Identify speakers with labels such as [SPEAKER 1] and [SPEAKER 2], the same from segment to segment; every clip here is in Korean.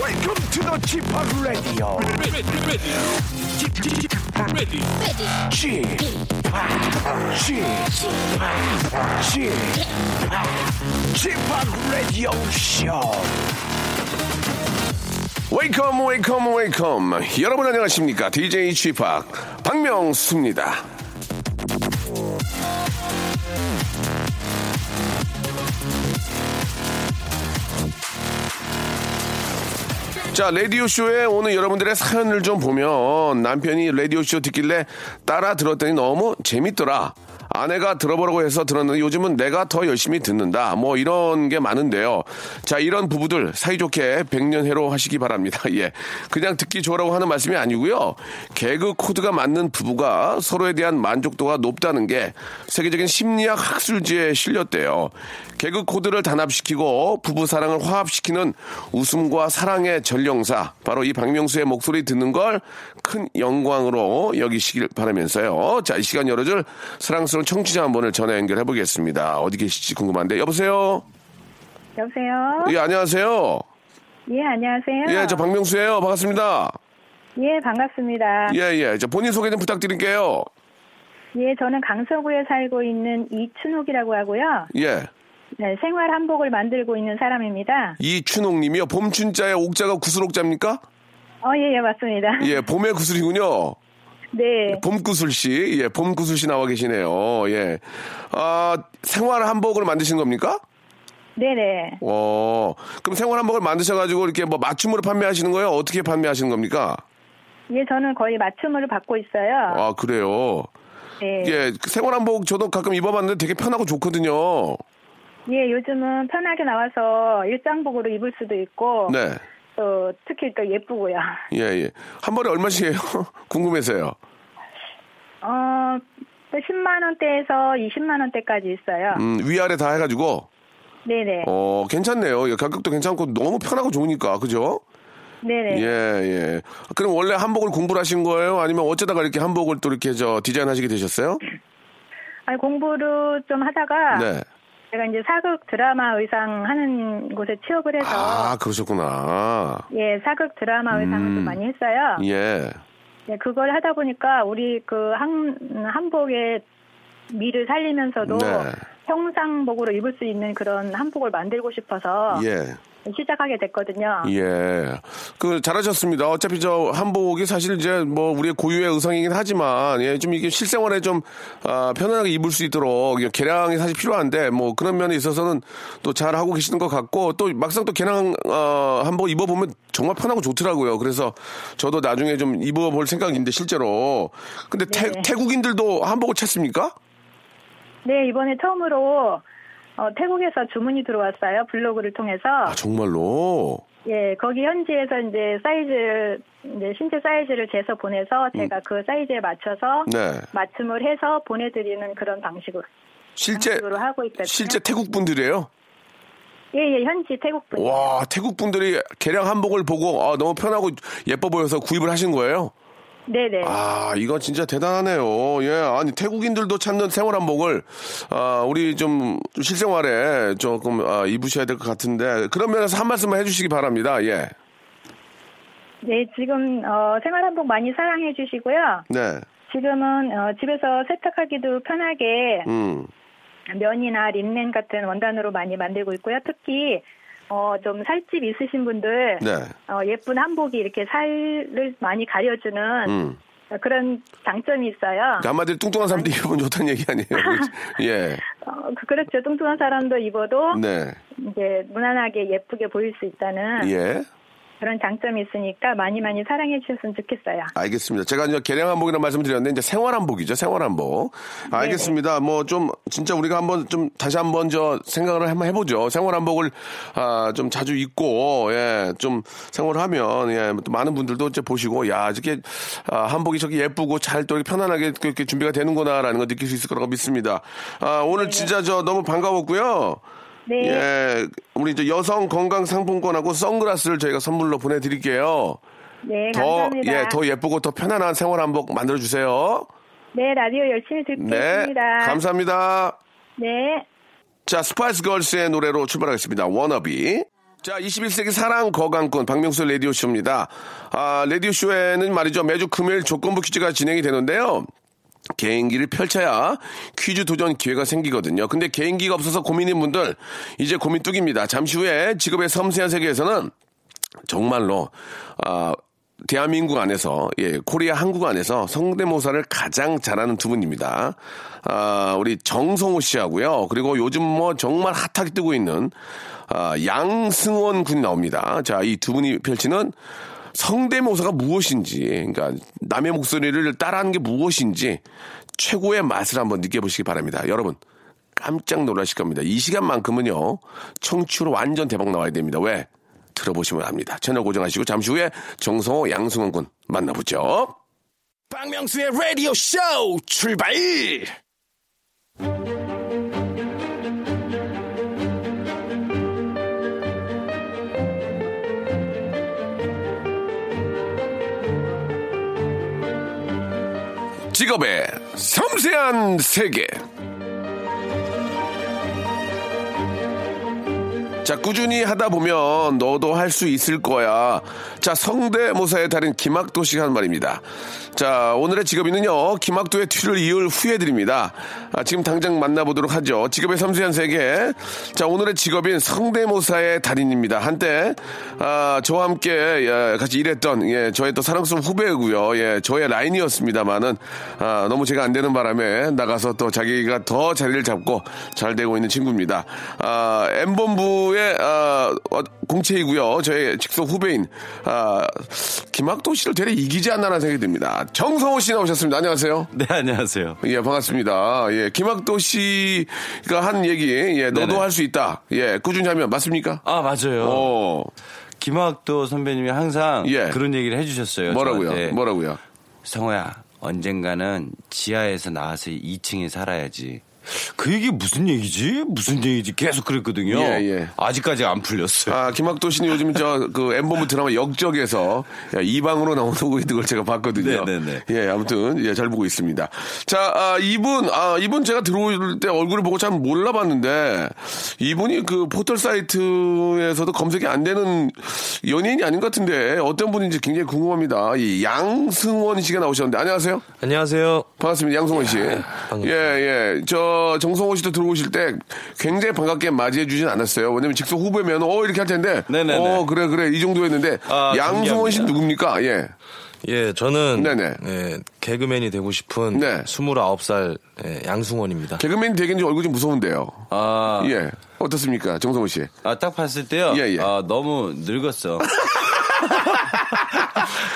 [SPEAKER 1] Welcome to the Chip Radio. Chip Chip Chip Radio Show.
[SPEAKER 2] 웨이컴 웨이컴 웨이컴 여러분 안녕하십니까 DJ 취팍 박명수입니다 자 라디오쇼에 오늘 여러분들의 사연을 좀 보면 남편이 라디오쇼 듣길래 따라 들었더니 너무 재밌더라 아내가 들어보라고 해서 들었는데 요즘은 내가 더 열심히 듣는다 뭐 이런 게 많은데요 자 이런 부부들 사이좋게 백년해로 하시기 바랍니다 예 그냥 듣기 좋으라고 하는 말씀이 아니고요 개그 코드가 맞는 부부가 서로에 대한 만족도가 높다는 게 세계적인 심리학 학술지에 실렸대요 개그 코드를 단합시키고 부부 사랑을 화합시키는 웃음과 사랑의 전령사 바로 이 박명수의 목소리 듣는 걸 큰 영광으로 여기시길 바라면서요. 자, 이 시간 열어줄 사랑스러운 청취자 한 분을 전화 연결해 보겠습니다. 어디 계실지 궁금한데 여보세요.
[SPEAKER 3] 여보세요?
[SPEAKER 2] 예, 안녕하세요.
[SPEAKER 3] 예, 안녕하세요.
[SPEAKER 2] 예, 저 박명수예요. 반갑습니다.
[SPEAKER 3] 예, 반갑습니다.
[SPEAKER 2] 예, 예. 저 본인 소개 좀 부탁드릴게요.
[SPEAKER 3] 예, 저는 강서구에 살고 있는 이춘옥이라고 하고요.
[SPEAKER 2] 예.
[SPEAKER 3] 네, 생활 한복을 만들고 있는 사람입니다.
[SPEAKER 2] 이춘옥 님이요. 봄춘자의 옥자가 구슬옥자입니까?
[SPEAKER 3] 어, 예, 예, 맞습니다.
[SPEAKER 2] 예, 봄의 구슬이군요.
[SPEAKER 3] 네.
[SPEAKER 2] 봄구슬 씨, 예, 봄구슬 씨 나와 계시네요. 예, 아 생활 한복을 만드신 겁니까?
[SPEAKER 3] 네네.
[SPEAKER 2] 어, 그럼 생활 한복을 만드셔가지고 이렇게 뭐 맞춤으로 판매하시는 거예요? 어떻게 판매하시는 겁니까?
[SPEAKER 3] 예, 저는 거의 맞춤을 받고 있어요.
[SPEAKER 2] 아 그래요.
[SPEAKER 3] 네. 예.
[SPEAKER 2] 예, 생활 한복 저도 가끔 입어봤는데 되게 편하고 좋거든요.
[SPEAKER 3] 어. 예, 요즘은 편하게 나와서 일상복으로 입을 수도 있고,
[SPEAKER 2] 네,
[SPEAKER 3] 또 특히 또 예쁘고요.
[SPEAKER 2] 예, 예. 한 벌에 얼마씩이에요? 궁금해서요.
[SPEAKER 3] 어, 또 10만원대에서 20만원대까지 있어요.
[SPEAKER 2] 음, 위아래 다 해가지고,
[SPEAKER 3] 네네.
[SPEAKER 2] 어, 괜찮네요. 예, 가격도 괜찮고 너무 편하고 좋으니까, 그죠?
[SPEAKER 3] 네네.
[SPEAKER 2] 예, 예. 그럼 원래 한복을 공부를 하신 거예요? 아니면 어쩌다가 이렇게 한복을 또 이렇게 저 디자인하시게 되셨어요?
[SPEAKER 3] 아니, 공부를 좀 하다가,
[SPEAKER 2] 네.
[SPEAKER 3] 제가 이제 사극 드라마 의상 하는 곳에 취업을 해서
[SPEAKER 2] 아, 그러셨구나.
[SPEAKER 3] 예 사극 드라마 의상을 좀 많이 했어요.
[SPEAKER 2] 음. 예.
[SPEAKER 3] 예, 그걸 하다 보니까 우리 그한 한복의 미를 살리면서도
[SPEAKER 2] 네.
[SPEAKER 3] 형상복으로 입을 수 있는 그런 한복을 만들고 싶어서
[SPEAKER 2] 예.
[SPEAKER 3] 시작하게 됐거든요.
[SPEAKER 2] 예. 그, 잘하셨습니다. 어차피 저 한복이 사실 이제 뭐 우리의 고유의 의상이긴 하지만, 예, 좀 이게 실생활에 좀, 아, 편안하게 입을 수 있도록 이게 개량이 사실 필요한데, 뭐 그런 면에 있어서는 또 잘하고 계시는 것 같고, 또 막상 또 개량, 어, 한복 입어보면 정말 편하고 좋더라고요. 그래서 저도 나중에 좀 입어볼 생각인데, 실제로. 근데 태, 태국인들도 한복을 찾습니까?
[SPEAKER 3] 네 이번에 처음으로 어, 태국에서 주문이 들어왔어요 블로그를 통해서
[SPEAKER 2] 아, 정말로?
[SPEAKER 3] 예 거기 현지에서 이제 사이즈 이제 신체 사이즈를 재서 보내서 제가 그 사이즈에 맞춰서
[SPEAKER 2] 음. 네.
[SPEAKER 3] 맞춤을 해서 보내드리는 그런 방식으로
[SPEAKER 2] 실제,
[SPEAKER 3] 방식으로 하고 있거든요.
[SPEAKER 2] 실제 태국 분들이에요?
[SPEAKER 3] 예예 현지 태국 분.
[SPEAKER 2] 와 태국 분들이 개량 한복을 보고 아, 너무 편하고 예뻐 보여서 구입을 하신 거예요?
[SPEAKER 3] 네네.
[SPEAKER 2] 아 이거 진짜 대단하네요. 예 아니 태국인들도 찾는 생활 한복을 아 우리 좀 실생활에 조금 아, 입으셔야 될 것 같은데 그런 면에서 한 말씀만 해주시기 바랍니다. 예.
[SPEAKER 3] 네 지금 어, 생활한복 많이 사랑해 주시고요.
[SPEAKER 2] 네.
[SPEAKER 3] 지금은 어, 집에서 세탁하기도 편하게
[SPEAKER 2] 음.
[SPEAKER 3] 면이나 린넨 같은 원단으로 많이 만들고 있고요. 특히 어, 좀 살집 있으신 분들
[SPEAKER 2] 네.
[SPEAKER 3] 어, 예쁜 한복이 이렇게 살을 많이 가려주는
[SPEAKER 2] 음.
[SPEAKER 3] 그런 장점이 있어요.
[SPEAKER 2] 그러니까 한마디로 뚱뚱한
[SPEAKER 3] 네.
[SPEAKER 2] 사람들이 입으면 좋다는 얘기 아니에요. 예.
[SPEAKER 3] 어, 그- 그렇죠. 뚱뚱한 사람도 입어도
[SPEAKER 2] 네.
[SPEAKER 3] 네. 이제 무난하게 예쁘게 보일 수 있다는
[SPEAKER 2] 예.
[SPEAKER 3] 그런 장점이 있으니까 많이 많이 사랑해 주셨으면 좋겠어요.
[SPEAKER 2] 알겠습니다. 제가 이제 개량 한복이라는 말씀을 드렸는데 이제 생활 한복이죠. 생활 한복. 알겠습니다. 뭐 좀 진짜 우리가 한번 좀 다시 한번 저 생각을 한번 해보죠. 생활 한복을 아, 좀 자주 입고 예, 좀 생활하면 예, 또 많은 분들도 이제 보시고 야 이렇게 아, 한복이 저렇게 예쁘고 잘 또 이렇게 편안하게 그, 이렇게 준비가 되는구나라는 걸 느낄 수 있을 거라고 믿습니다. 아, 오늘 진짜 저 너무 반가웠고요.
[SPEAKER 3] 네.
[SPEAKER 2] 예, 우리 이제 여성 건강 상품권하고 선글라스를 저희가 선물로 보내드릴게요.
[SPEAKER 3] 네,
[SPEAKER 2] 더,
[SPEAKER 3] 감사합니다.
[SPEAKER 2] 예, 더 예쁘고 더 편안한 생활 한복 만들어주세요.
[SPEAKER 3] 네, 라디오 열심히
[SPEAKER 2] 네.
[SPEAKER 3] 듣겠습니다.
[SPEAKER 2] 감사합니다.
[SPEAKER 3] 네.
[SPEAKER 2] 자, 스파이스 걸스의 노래로 출발하겠습니다. 워너비. 자, 21세기 사랑 거강꾼 박명수 라디오쇼입니다. 아, 라디오쇼에는 말이죠. 매주 금요일 조건부 퀴즈가 진행이 되는데요. 개인기를 펼쳐야 퀴즈 도전 기회가 생기거든요. 근데 개인기가 없어서 고민인 분들, 이제 고민 뚝입니다. 잠시 후에 직업의 섬세한 세계에서는 정말로 아 대한민국 안에서 예 코리아 한국 안에서 성대모사를 가장 잘하는 두 분입니다. 아 우리 정성호 씨하고요. 그리고 요즘 뭐 정말 핫하게 뜨고 있는 아 양승원 군이 나옵니다. 자 이 두 분이 펼치는 성대모사가 무엇인지, 그러니까 남의 목소리를 따라하는 게 무엇인지 최고의 맛을 한번 느껴보시기 바랍니다. 여러분 깜짝 놀라실 겁니다. 이 시간만큼은요 청취로 완전 대박 나와야 됩니다. 왜? 들어보시면 압니다. 채널 고정하시고 잠시 후에 정성호 양승원 군 만나보죠.
[SPEAKER 1] 박명수의 라디오 쇼 출발!
[SPEAKER 2] 직업의 섬세한 세계. 자, 꾸준히 하다 보면 너도 할 수 있을 거야. 자, 성대모사의 달인 김학도 씨가 한 말입니다. 자, 오늘의 직업인은요, 김학도의 뒤를 이을 후에 드립니다. 아, 지금 당장 만나보도록 하죠. 직업의 섬세한 세계. 자, 오늘의 직업인 성대모사의 달인입니다. 한때, 아, 저와 함께, 예, 같이 일했던, 예, 저의 또 사랑스러운 후배고요 예, 저의 라인이었습니다만은, 아, 너무 제가 안 되는 바람에 나가서 또 자기가 더 자리를 잡고 잘 되고 있는 친구입니다. 아, M본부의 아, 어, 공채이고요. 저의 직속 후배인 아, 김학도 씨를 되려 이기지 않나라는 생각이 듭니다. 정성호 씨 나오셨습니다. 안녕하세요.
[SPEAKER 4] 네, 안녕하세요.
[SPEAKER 2] 예, 반갑습니다. 예, 김학도 씨가 한 얘기, 예, 너도
[SPEAKER 4] 네네.
[SPEAKER 2] 할 수 있다. 예, 꾸준히 하면 맞습니까?
[SPEAKER 4] 아, 맞아요.
[SPEAKER 2] 어,
[SPEAKER 4] 김학도 선배님이 항상
[SPEAKER 2] 예.
[SPEAKER 4] 그런 얘기를 해주셨어요. 예.
[SPEAKER 2] 뭐라고요?
[SPEAKER 4] 저한테.
[SPEAKER 2] 뭐라고요?
[SPEAKER 4] 성호야, 언젠가는 지하에서 나와서 2층에 살아야지. 그 얘기 무슨 얘기지? 무슨 얘기지? 계속 그랬거든요.
[SPEAKER 2] 예, 예.
[SPEAKER 4] 아직까지 안 풀렸어요.
[SPEAKER 2] 아, 김학도 씨는 요즘 저, 그, 엠본부 드라마 역적에서 야, 이방으로 나오고 있는 걸 제가 봤거든요.
[SPEAKER 4] 네네네.
[SPEAKER 2] 예, 아무튼, 예, 잘 보고 있습니다. 자, 아, 이분, 아, 이분 제가 들어올 때 얼굴을 보고 참 몰라봤는데, 이분이 그 포털 사이트에서도 검색이 안 되는 연예인이 아닌 것 같은데, 어떤 분인지 굉장히 궁금합니다. 이 양승원 씨가 나오셨는데, 안녕하세요?
[SPEAKER 5] 안녕하세요.
[SPEAKER 2] 반갑습니다. 양성원 씨. 예, 예. 저, 정성호 씨도 들어오실 때 굉장히 반갑게 맞이해주진 않았어요. 왜냐면 직속 후배면, 어, 이렇게 할 텐데.
[SPEAKER 4] 네네네.
[SPEAKER 2] 어, 그래, 그래. 이 정도였는데.
[SPEAKER 4] 아,
[SPEAKER 2] 양성원 씨는 누굽니까? 예.
[SPEAKER 5] 예, 저는
[SPEAKER 2] 네네.
[SPEAKER 5] 예, 개그맨이 되고 싶은
[SPEAKER 2] 네.
[SPEAKER 5] 29살 예, 양승원입니다.
[SPEAKER 2] 개그맨 되긴지 얼굴이 좀 무서운데요.
[SPEAKER 4] 아,
[SPEAKER 2] 예. 어떻습니까? 정성호 씨.
[SPEAKER 4] 아, 딱 봤을 때요.
[SPEAKER 2] 예, 예.
[SPEAKER 4] 아, 너무 늙었어.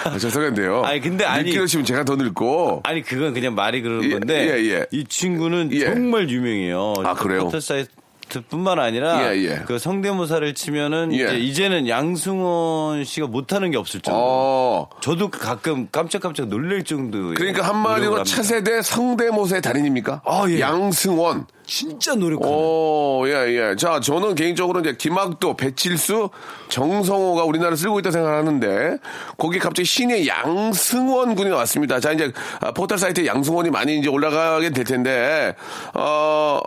[SPEAKER 2] 아, 죄송한데요.
[SPEAKER 4] 아니, 근데 아니-
[SPEAKER 2] 늙기로 치면 제가 더 늙고.
[SPEAKER 4] 아니 그건 그냥 말이 그러는
[SPEAKER 2] 예,
[SPEAKER 4] 건데
[SPEAKER 2] 예, 예.
[SPEAKER 4] 이 친구는
[SPEAKER 2] 예.
[SPEAKER 4] 정말 유명해요.
[SPEAKER 2] 아, 그래요?
[SPEAKER 4] 포털 사이트뿐만 아니라
[SPEAKER 2] 예, 예.
[SPEAKER 4] 그 성대모사를 치면은
[SPEAKER 2] 예.
[SPEAKER 4] 이제 이제는 양승원 씨가 못하는 게 없을 정도. 로
[SPEAKER 2] 어.
[SPEAKER 4] 저도 가끔 깜짝깜짝 놀랄 정도.
[SPEAKER 2] 그러니까 한마디로 차세대 성대모사의 달인입니까?
[SPEAKER 4] 네, 아, 예.
[SPEAKER 2] 양승원.
[SPEAKER 4] 진짜 노력하는.
[SPEAKER 2] 오, 예, 예. 자, 저는 개인적으로 이제 김학도, 배칠수, 정성호가 우리나라 를 쓰고 있다 생각하는데, 거기 갑자기 신의 양승원 군이 나왔습니다. 자, 이제 아, 포털 사이트에 양승원이 많이 이제 올라가게 될 텐데, 어,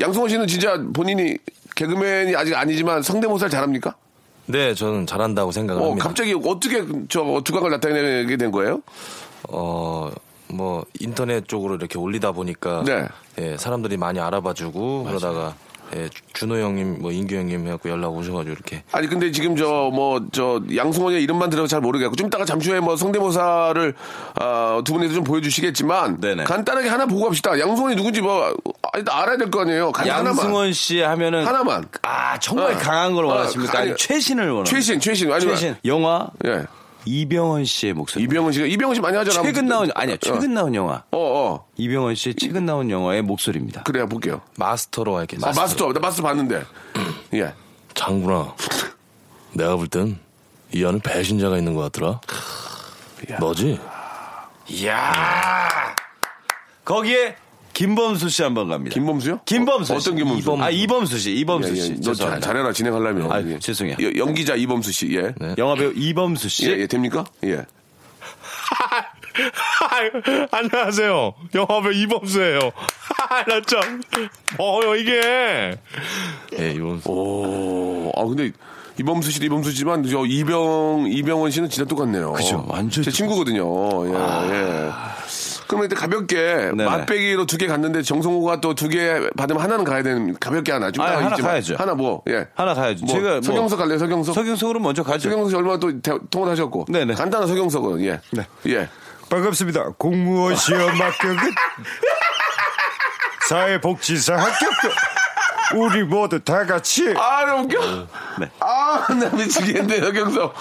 [SPEAKER 2] 양승원 씨는 진짜 본인이 개그맨이 아직 아니지만 성대모사를 잘합니까?
[SPEAKER 5] 네, 저는 잘한다고 생각을
[SPEAKER 2] 어,
[SPEAKER 5] 합니다.
[SPEAKER 2] 갑자기 어떻게 저 두각을 나타내게 된 거예요?
[SPEAKER 5] 어, 뭐 인터넷 쪽으로 이렇게 올리다 보니까
[SPEAKER 2] 네.
[SPEAKER 5] 예, 사람들이 많이 알아봐주고 그러다가 예, 주- 준호 형님, 뭐 인규 형님 해갖고 연락 오셔가지고 이렇게
[SPEAKER 2] 아니 근데 지금 저 뭐 저 양승원이 이름만 들어서 잘 모르겠고 좀 이따가 잠시 후에 뭐 성대모사를 아, 두 분이서 좀 보여주시겠지만
[SPEAKER 4] 네네.
[SPEAKER 2] 간단하게 하나 보고 갑시다. 양승원이 누군지 뭐 아, 일단 알아야 될 거 아니에요. 간- 하나만.
[SPEAKER 4] 양승원 씨 하면은
[SPEAKER 2] 하나만.
[SPEAKER 4] 아 정말
[SPEAKER 2] 어.
[SPEAKER 4] 강한 걸
[SPEAKER 2] 어,
[SPEAKER 4] 원하십니까? 아니,
[SPEAKER 2] 아니,
[SPEAKER 4] 최신을 원하.
[SPEAKER 2] 최신 최신 아니면
[SPEAKER 4] 최신 영화
[SPEAKER 2] 예
[SPEAKER 4] 이병헌 씨의 목소리.
[SPEAKER 2] 이병헌 씨가 이병헌 씨 많이 하잖아. 어.
[SPEAKER 4] 최근 나온 아니야 최근 나온 영화
[SPEAKER 2] 어어
[SPEAKER 4] 이병헌 씨의 최근 나온 영화의 목소리입니다.
[SPEAKER 2] 그래요 볼게요.
[SPEAKER 5] 마스터로 할게.
[SPEAKER 2] 아, 마스터 나 마스터 봤는데 예.
[SPEAKER 5] 장군아, 내가 볼 땐 이 안에 배신자가 있는 것 같더라. 너지?
[SPEAKER 4] 이야 거기에 김범수 씨 한번 갑니다.
[SPEAKER 2] 김범수요?
[SPEAKER 4] 김범수
[SPEAKER 2] 어,
[SPEAKER 4] 씨.
[SPEAKER 2] 어떤 김범수?
[SPEAKER 4] 아 이범수 씨 이범수
[SPEAKER 2] 예, 예.
[SPEAKER 4] 씨
[SPEAKER 2] 너 잘,
[SPEAKER 4] 죄송합니다.
[SPEAKER 2] 잘해라 진행하려면. 예.
[SPEAKER 4] 아, 죄송해요. 네.
[SPEAKER 2] 여- 연기자 이범수 씨 예.
[SPEAKER 4] 영화배우 이범수 씨.
[SPEAKER 2] 예, 예, 됩니까? 예.
[SPEAKER 6] 안녕하세요. 영화배 이범수예요. 나참 어요 이게.
[SPEAKER 5] 예, 이번
[SPEAKER 2] 오, 아 근데 이범수 씨도 이범수 씨지만 저 이병 이병헌 씨는 진짜 똑같네요.
[SPEAKER 4] 그죠, 완전
[SPEAKER 2] 제 친구거든요. 예, 예. 그러면 일단 가볍게
[SPEAKER 4] 네네.
[SPEAKER 2] 맛배기로 두 개 갔는데 정성호가 또 두 개 받으면 하나는 가야 되는 가볍게 하나 좀
[SPEAKER 4] 아,
[SPEAKER 2] 따로
[SPEAKER 4] 하나
[SPEAKER 2] 있지만.
[SPEAKER 4] 가야죠.
[SPEAKER 2] 하나 뭐 예.
[SPEAKER 4] 하나 가야죠.
[SPEAKER 2] 뭐,
[SPEAKER 4] 제가 뭐-
[SPEAKER 2] 서경석 갈래요 서경석?
[SPEAKER 4] 서경석으로 먼저 가죠.
[SPEAKER 2] 서경석 씨 얼마 또 대- 통화를 하셨고.
[SPEAKER 4] 네네.
[SPEAKER 2] 간단한 서경석은 예.
[SPEAKER 6] 네.
[SPEAKER 2] 예.
[SPEAKER 6] 반갑습니다. 공무원 시험 합격 끝. 사회복지사 합격도 우리 모두 다 같이
[SPEAKER 2] 아, 너무 웃겨.
[SPEAKER 4] 네.
[SPEAKER 2] 아, 나 미치겠네, 서경석.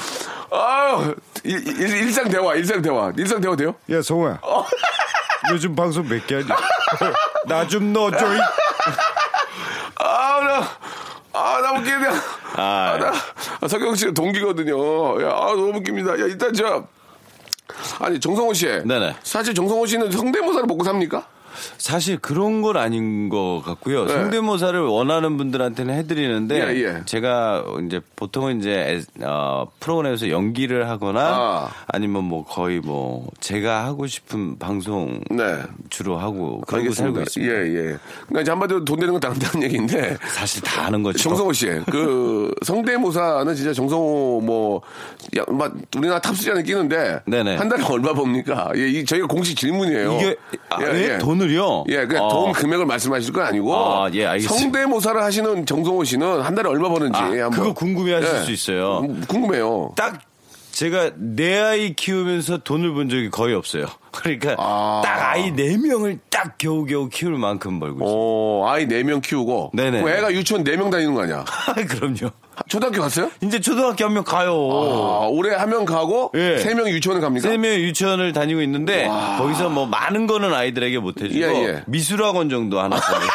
[SPEAKER 2] 아, 일, 일, 일상 대화, 일상 대화. 일상 대화 돼요?
[SPEAKER 6] 야 송아 요즘 방송 몇 개 하니? 나 좀 넣어줘. 이.
[SPEAKER 2] 아, 나, 아, 나 웃기네.
[SPEAKER 4] 예.
[SPEAKER 2] 아, 나, 아, 서경 씨 동기거든요. 야, 아, 너무 웃깁니다. 야, 일단 저, 아니, 정성호 씨.
[SPEAKER 4] 네네.
[SPEAKER 2] 사실 정성호 씨는 성대모사를 먹고 삽니까?
[SPEAKER 4] 사실 그런 건 아닌 것 같고요. 성대모사를 원하는 분들한테는 해드리는데
[SPEAKER 2] 예, 예.
[SPEAKER 4] 제가 이제 보통은 이제 에- 어, 프로그램에서 연기를 하거나
[SPEAKER 2] 아.
[SPEAKER 4] 아. 니면뭐 거의 뭐 제가 하고 싶은 방송
[SPEAKER 2] 네.
[SPEAKER 4] 주로 하고 그러고 살고 있습니다.
[SPEAKER 2] 예, 예. 그러니까 이제 한마디로 돈 되는 건 다 한다는 얘기인데.
[SPEAKER 4] 사실 다 아는 거죠.
[SPEAKER 2] 정성호 씨, 그 성대모사는 진짜 정성호 뭐, 야, 막 우리나라 탑수지 안에 끼는데
[SPEAKER 4] 네네.
[SPEAKER 2] 한 달에 얼마 봅니까? 예, 이 저희가 공식 질문이에요.
[SPEAKER 4] 이게 아, 예, 돈을요?
[SPEAKER 2] 예, 그냥
[SPEAKER 4] 어.
[SPEAKER 2] 돈 금액을 말씀하실 건 아니고
[SPEAKER 4] 아, 예, 알겠습니다.
[SPEAKER 2] 성대모사를 하시는 정성호 씨는 한 달에 얼마 버는지
[SPEAKER 4] 아,
[SPEAKER 2] 한번.
[SPEAKER 4] 그거 궁금해하실 수 있어요.
[SPEAKER 2] 음, 궁금해요.
[SPEAKER 4] 딱 제가 내 아이 키우면서 돈을 번 적이 거의 없어요. 그러니까
[SPEAKER 2] 아.
[SPEAKER 4] 딱 아이 네 명을 딱 겨우겨우 키울 만큼 벌고 있어요.
[SPEAKER 2] 어, 아이 4명 키우고
[SPEAKER 4] 네네.
[SPEAKER 2] 그 애가 유치원 4명 다니는 거 아니야?
[SPEAKER 4] 그럼요.
[SPEAKER 2] 초등학교 갔어요?
[SPEAKER 4] 이제 초등학교 한 명 가요.
[SPEAKER 2] 아, 올해 한 명 가고
[SPEAKER 4] 예.
[SPEAKER 2] 세 3명이 유치원을 갑니까?
[SPEAKER 4] 세 명 유치원을 다니고 있는데 거기서 뭐 많은 거는 아이들에게 못 해주고
[SPEAKER 2] 예, 예.
[SPEAKER 4] 미술학원 정도 하나 보내.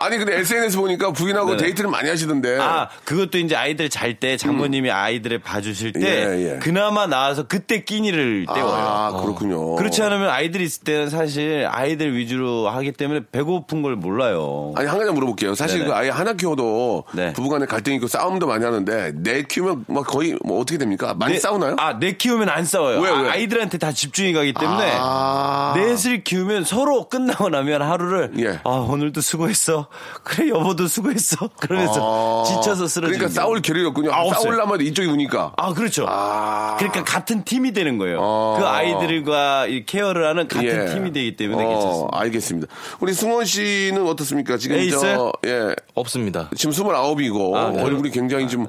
[SPEAKER 2] 아니 근데 SNS 보니까 부인하고
[SPEAKER 4] 네네.
[SPEAKER 2] 데이트를 많이 하시던데.
[SPEAKER 4] 아 그것도 이제 아이들 잘 때 장모님이 아이들을 봐주실 때
[SPEAKER 2] 음. 예, 예.
[SPEAKER 4] 그나마 나와서 그때 끼니를 때워요. 어.
[SPEAKER 2] 아, 그렇군요.
[SPEAKER 4] 네, 그렇지 않으면 아이들이 있을 때는 사실 아이들 위주로 하기 때문에 배고픈 걸 몰라요.
[SPEAKER 2] 아니 한 가지 물어볼게요. 사실
[SPEAKER 4] 네네.
[SPEAKER 2] 그 아예 하나 키워도
[SPEAKER 4] 네.
[SPEAKER 2] 부부간에 갈등이 있고 싸움도 많이 하는데 내 키우면 막 거의 뭐 어떻게 됩니까? 많이
[SPEAKER 4] 내-
[SPEAKER 2] 싸우나요?
[SPEAKER 4] 아, 내 키우면 안 싸워요.
[SPEAKER 2] 왜, 왜?
[SPEAKER 4] 아, 이들한테다 집중이 가기 때문에
[SPEAKER 2] 아.
[SPEAKER 4] 넷을 키우면 서로 끝나고 나면 하루를
[SPEAKER 2] 예.
[SPEAKER 4] 아 오늘도 수고했어. 그래 여보도 수고했어. 그러면서
[SPEAKER 2] 아.
[SPEAKER 4] 지쳐서 쓰러지는.
[SPEAKER 2] 그러니까 싸울 결이 없군요.
[SPEAKER 4] 아, 없어요.
[SPEAKER 2] 싸울라면 이쪽이 우니까.
[SPEAKER 4] 아 그렇죠.
[SPEAKER 2] 아.
[SPEAKER 4] 그러니까 같은 팀이 되는 거예요.
[SPEAKER 2] 아.
[SPEAKER 4] 그 아이들과 이 케어를 하는 같은
[SPEAKER 2] 예.
[SPEAKER 4] 팀이 되기 때문에
[SPEAKER 2] 어,
[SPEAKER 4] 괜찮습니다.
[SPEAKER 2] 알겠습니다. 우리 승원 씨는 어떻습니까? 지금
[SPEAKER 4] 애 있어요?
[SPEAKER 2] 저 예.
[SPEAKER 5] 없습니다.
[SPEAKER 2] 지금 29이고
[SPEAKER 4] 아, 네.
[SPEAKER 2] 얼굴이 굉장히 좀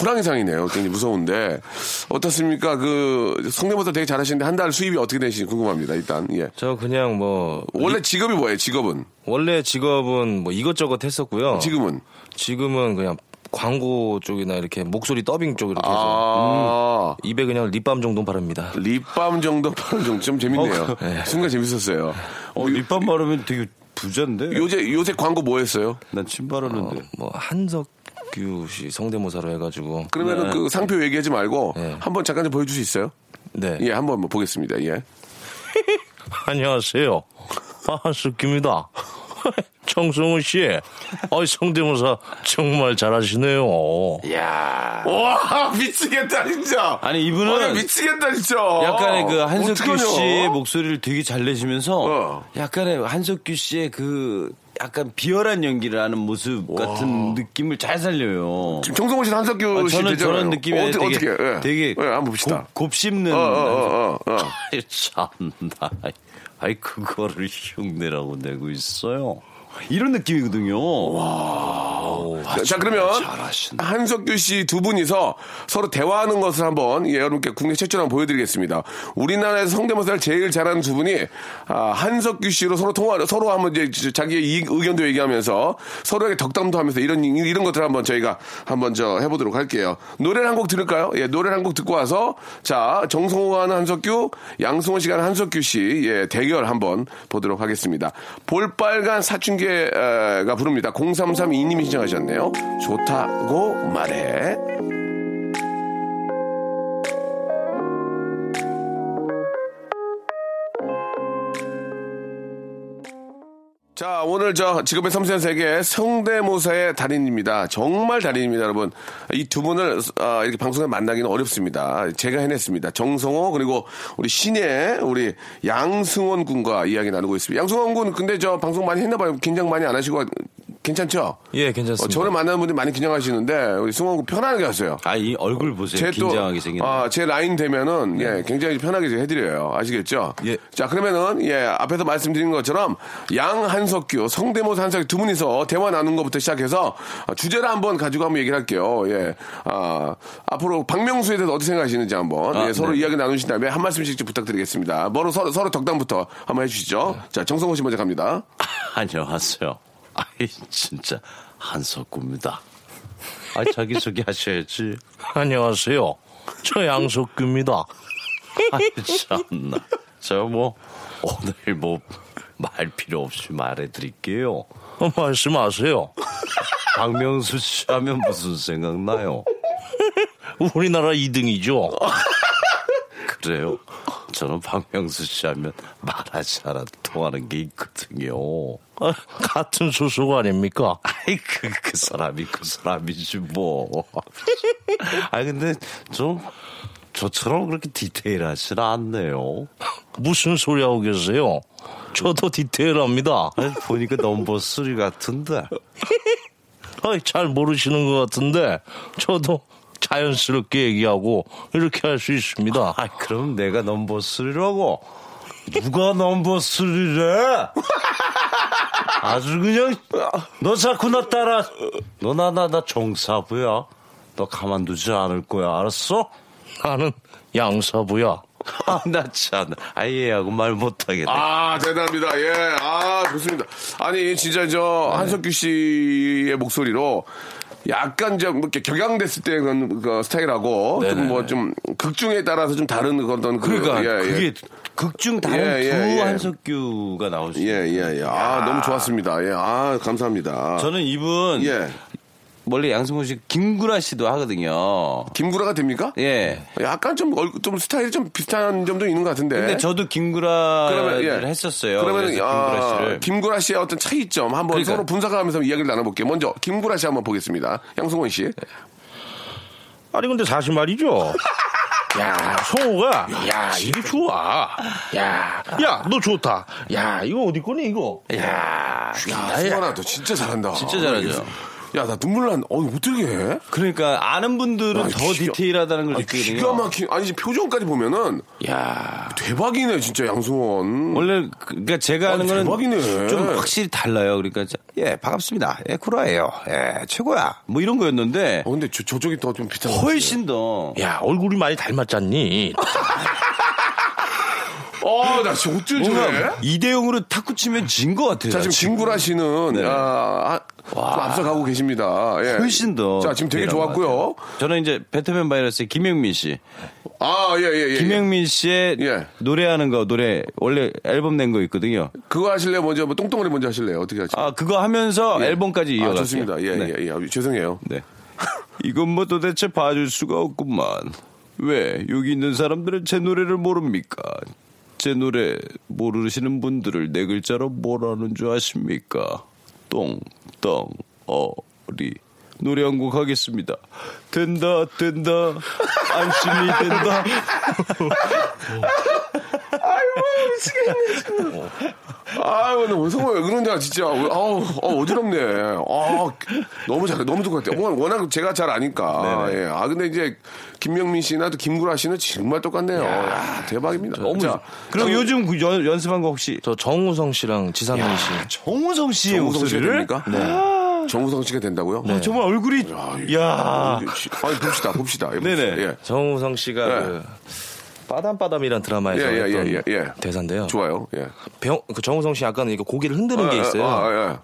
[SPEAKER 2] 호랑이상이네요. 굉장히 무서운데 어떻습니까? 그 성대모사 되게 잘하시는데 한 달 수입이 어떻게 되시는지 궁금합니다. 일단 예.
[SPEAKER 5] 저 그냥 뭐
[SPEAKER 2] 원래 직업이 뭐예요? 직업은
[SPEAKER 5] 원래 직업은 뭐 이것저것
[SPEAKER 4] 어.
[SPEAKER 5] 했었고요.
[SPEAKER 2] 지금은
[SPEAKER 5] 지금은 그냥 광고 쪽이나 이렇게 목소리 더빙 쪽 이렇게 해서
[SPEAKER 2] 아
[SPEAKER 5] 입에 그냥 립밤 정도 바릅니다.
[SPEAKER 2] 음. 립밤 정도 바른 정도 좀 재밌네요. 순간 재밌었어요.
[SPEAKER 4] 그- 어, 밑밥 바르면 되게 부잔데.
[SPEAKER 2] 요새 요새 광고 뭐 했어요?
[SPEAKER 4] 난 침 바르는데.
[SPEAKER 5] 뭐 한석규 씨 성대모사로 해가지고
[SPEAKER 4] 네.
[SPEAKER 2] 그러면은 그 상표 얘기하지 말고
[SPEAKER 5] 네.
[SPEAKER 2] 한번 잠깐 좀 보여줄 수 있어요?
[SPEAKER 5] 네
[SPEAKER 2] 예, 한번 뭐 보겠습니다. 예.
[SPEAKER 5] 안녕하세요 아, 한석규입니다. 정승우 씨, 아 성대모사 정말 잘하시네요.
[SPEAKER 2] 예. 와 미치겠다 진짜.
[SPEAKER 4] 아. 아니, 이분은
[SPEAKER 2] 와, 미치겠다 진짜.
[SPEAKER 4] 약간의 그 한석규
[SPEAKER 2] 아, 어떡하냐?
[SPEAKER 4] 씨의 목소리를 되게 잘 내시면서
[SPEAKER 2] 어.
[SPEAKER 4] 약간의 한석규 씨의 그 약간 비열한 연기를 하는 모습 같은 느낌을 잘 살려요.
[SPEAKER 2] 지금 정성호 씨 한석규
[SPEAKER 4] 아,
[SPEAKER 2] 씨
[SPEAKER 4] 저는
[SPEAKER 2] 되잖아요.
[SPEAKER 4] 저런 느낌이
[SPEAKER 2] 어떻게
[SPEAKER 4] 되게
[SPEAKER 2] 어떻게 예.
[SPEAKER 4] 되게
[SPEAKER 2] 예, 한번 봅시다.
[SPEAKER 4] 곱, 씹는
[SPEAKER 2] 어, 어, 어, 어, 어.
[SPEAKER 4] 참나. 아이 그거를 흉내라고 내고 있어요. 이런 느낌이거든요. 아,
[SPEAKER 2] 자 그러면 한석규 씨 두 분이서 서로 대화하는 것을 한번 예, 여러분께 국내 최초로 한번 보여드리겠습니다. 우리나라에서 성대모사를 제일 잘하는 두 분이 아, 한석규 씨로 서로 통화를 서로 한번 이제 자기의 이- 의견도 얘기하면서 서로에게 덕담도 하면서 이런 이런 것들을 한번 저희가 한번 저 해보도록 할게요. 노래를 한 곡 들을까요? 예, 노래를 한 곡 듣고 와서 자 정성호와는 한석규, 양승호 씨가 하는 한석규 씨 예, 대결 한번 보도록 하겠습니다. 볼빨간 사춘기가 부릅니다. 0332님이 신청하셨네요. 좋다고 말해. 자, 오늘 저 직업의 섬세한 세계 성대모사의 달인입니다. 정말 달인입니다, 여러분. 이 두 분을 아, 이렇게 방송에 만나기는 어렵습니다. 제가 해냈습니다. 정성호 그리고 우리 신예 우리 양승원 군과 이야기 나누고 있습니다. 양승원 군 근데 저 방송 많이 했나 봐요. 긴장 많이 안 하시고 괜찮죠?
[SPEAKER 5] 예, 괜찮습니다.
[SPEAKER 2] 어, 저를 만나는 분들이 많이 긴장하시는데 우리 승원 군 편하게 하세요.
[SPEAKER 4] 아, 이 얼굴 보세요.
[SPEAKER 2] 제 또,
[SPEAKER 4] 긴장하게 생긴. 네.
[SPEAKER 2] 아, 제 라인 되면은, 예, 굉장히 편하게 이제 해드려요. 아시겠죠?
[SPEAKER 5] 예.
[SPEAKER 2] 자, 그러면은, 예, 앞에서 말씀드린 것처럼, 양한석규, 성대모사 한석규 두 분이서 대화 나눈 것부터 시작해서, 아, 주제를 한번 가지고 한번 얘기를 할게요. 예. 아, 앞으로 박명수에 대해서 어떻게 생각하시는지 한번,
[SPEAKER 4] 아,
[SPEAKER 2] 예, 서로
[SPEAKER 4] 네.
[SPEAKER 2] 이야기 나누신 다음에 한 말씀씩 좀 부탁드리겠습니다. 뭐로 서로, 서로 덕담부터 한번 해주시죠.
[SPEAKER 4] 네.
[SPEAKER 2] 자, 정성호 씨 먼저 갑니다.
[SPEAKER 4] 안녕하세요. 아이 진짜 한석구입니다. 아 자기 소개 하셔야지.
[SPEAKER 5] 안녕하세요. 저 양석규입니다.
[SPEAKER 4] 아이 참나. 저 뭐 오늘 뭐 말 필요 없이 말해드릴게요.
[SPEAKER 5] 어, 말씀하세요.
[SPEAKER 4] 박명수 씨 하면 무슨 생각 나요?
[SPEAKER 5] 우리나라 2등이죠.
[SPEAKER 4] 그래요. 저는 박명수 씨 하면 말하지 않아도 통하는 게 있거든요. 아,
[SPEAKER 5] 같은 소속 아닙니까?
[SPEAKER 4] 아이 그, 그 사람이 그 사람이지 뭐. 아 근데 좀 저처럼 그렇게 디테일하진 않네요.
[SPEAKER 5] 무슨 소리 하고 계세요? 저도 디테일합니다.
[SPEAKER 4] 아니, 보니까 넘버 3 같은데.
[SPEAKER 5] 아이, 잘 모르시는 것 같은데 저도 자연스럽게 얘기하고 이렇게 할 수 있습니다.
[SPEAKER 4] 아 그럼 내가 넘버 3라고. 누가 넘버 3래? 아주 그냥 너 자꾸 나 따라 너 나 나 나 정사부야. 너 가만두지 않을 거야. 알았어?
[SPEAKER 5] 나는 양사부야.
[SPEAKER 4] 아, 나 참. 아예하고 말 못하겠네.
[SPEAKER 2] 아, 대단합니다. 예. 아, 좋습니다. 아니, 진짜 저
[SPEAKER 4] 네.
[SPEAKER 2] 한석규 씨의 목소리로 약간 좀 이렇게 격양됐을 때 그런 그 스타일하고 좀 뭐 좀 극중에 따라서 좀 다른 어떤 그-
[SPEAKER 4] 그러니까
[SPEAKER 2] 예, 예.
[SPEAKER 4] 그게 극중 다른
[SPEAKER 2] 예, 예,
[SPEAKER 4] 두
[SPEAKER 2] 예.
[SPEAKER 4] 한석규가 나올 수
[SPEAKER 2] 예,
[SPEAKER 4] 있어요.
[SPEAKER 2] 예, 예. 아, 너무 좋았습니다. 예. 아, 감사합니다.
[SPEAKER 4] 저는 이분
[SPEAKER 2] 예.
[SPEAKER 4] 원래 양승호 씨 김구라 씨도 하거든요.
[SPEAKER 2] 김구라가 됩니까?
[SPEAKER 4] 예.
[SPEAKER 2] 약간 좀, 얼, 좀 스타일이 좀 비슷한 점도 있는 것 같은데.
[SPEAKER 4] 근데 저도 김구라를
[SPEAKER 2] 네? 그러면, 예.
[SPEAKER 4] 했었어요.
[SPEAKER 2] 그러면
[SPEAKER 4] 그래서
[SPEAKER 2] 아,
[SPEAKER 4] 김구라 씨를
[SPEAKER 2] 김구라 씨의 어떤 차이점 한번
[SPEAKER 4] 그러니까.
[SPEAKER 2] 서로 분석하면서 이야기를 나눠볼게요. 먼저 김구라 씨 한번 보겠습니다. 양승원 씨.
[SPEAKER 6] 아니 근데 사실 말이죠. 야, 성우가 야, 이거 좋아. 야, 야, 너 좋다. 야, 이거 어디 거니 이거?
[SPEAKER 2] 야, 승관아, 너 진짜 잘한다. 아,
[SPEAKER 4] 진짜 잘하죠.
[SPEAKER 2] 야, 나 눈물 난, 어, 어떻게 해?
[SPEAKER 4] 그러니까 아는 분들은
[SPEAKER 2] 아니,
[SPEAKER 4] 더
[SPEAKER 2] 기가-
[SPEAKER 4] 디테일하다는 걸
[SPEAKER 2] 아니,
[SPEAKER 4] 느끼거든요.
[SPEAKER 2] 기가 막힌, 아니, 지금 표정까지 보면은,
[SPEAKER 4] 야
[SPEAKER 2] 대박이네, 진짜, 양승원.
[SPEAKER 4] 원래 그- 그러니까 제가 하는
[SPEAKER 2] 아니,
[SPEAKER 4] 거는
[SPEAKER 2] 대박이네.
[SPEAKER 4] 좀 확실히 달라요. 그러니까 자, 예 반갑습니다. 예 쿠라예요. 예 최고야. 뭐 이런 거였는데
[SPEAKER 2] 어, 근데 저, 저쪽이 더 좀 비슷한 것 같아요.
[SPEAKER 4] 훨씬 더
[SPEAKER 5] 야, 얼굴이 많이 닮았잖니.
[SPEAKER 2] 어, 나 지금 어쩜 저래?
[SPEAKER 4] 뭔가 이대용으로 탁구 치면 진 것 같아요.
[SPEAKER 2] 네? 자, 지금 김구라 씨는,
[SPEAKER 4] 네.
[SPEAKER 2] 아, 아, 좀 앞서가고 계십니다. 예.
[SPEAKER 4] 훨씬 더.
[SPEAKER 2] 자, 지금 되게
[SPEAKER 4] 이런 것
[SPEAKER 2] 좋았고요.
[SPEAKER 4] 같아요. 저는 이제 배트맨 바이러스의 김영민 씨.
[SPEAKER 2] 아, 예, 예, 예.
[SPEAKER 4] 김영민 씨의
[SPEAKER 2] 예.
[SPEAKER 4] 노래하는 거 노래 원래 앨범 낸 거 있거든요.
[SPEAKER 2] 그거 하실래요? 먼저, 뭐, 똥덩어리 먼저 하실래요? 어떻게 하실래요?
[SPEAKER 4] 아 그거 하면서
[SPEAKER 2] 예.
[SPEAKER 4] 앨범까지 이어갔어요.
[SPEAKER 2] 아, 좋습니다. 예,
[SPEAKER 4] 네.
[SPEAKER 2] 예, 예. 죄송해요.
[SPEAKER 4] 네. 이건 뭐 도대체 봐줄 수가 없구만. 왜 여기 있는 사람들은 제 노래를 모릅니까? 제 노래 모르시는 분들을 네 글자로 뭐라는 줄 아십니까? 똥덩 어리 노래 한 곡 하겠습니다. 된다 된다 안심이 된다.
[SPEAKER 2] 아유, 근데 원성아 왜 그러냐, 진짜. 아우, 어, 어지럽네. 아, 너무 잘해. 너무 똑같아. 워낙, 워낙 제가 잘 아니까. 예. 아, 근데 이제 김명민 씨나 또 김구라 씨는 정말 똑같네요. 야, 대박입니다.
[SPEAKER 4] 너무.
[SPEAKER 2] 자,
[SPEAKER 4] 그럼 요즘 그 연, 연습한 거 혹시
[SPEAKER 5] 저 정우성 씨랑 지상민 씨.
[SPEAKER 4] 정우성 씨의
[SPEAKER 2] 정우성 씨가
[SPEAKER 4] 목소리를? 네.
[SPEAKER 2] 됩니까? 아. 정우성 씨가 된다고요? 어,
[SPEAKER 4] 아, 정말 얼굴이 야.
[SPEAKER 2] 아니, 봅시다, 봅시다. 예,
[SPEAKER 4] 네네.
[SPEAKER 2] 봅시다. 예.
[SPEAKER 5] 정우성 씨가
[SPEAKER 2] 예.
[SPEAKER 5] 그 빠담빠담이란
[SPEAKER 4] 네,
[SPEAKER 5] 드라마에서
[SPEAKER 2] 예, 예,
[SPEAKER 5] 했던
[SPEAKER 2] 예, 예, 예.
[SPEAKER 5] 대사인데요.
[SPEAKER 2] 좋아요. 예.
[SPEAKER 5] 병- 그 정우성 씨 약간 이거 고개를 흔드는 게 있어요.
[SPEAKER 2] 아, 아, 아,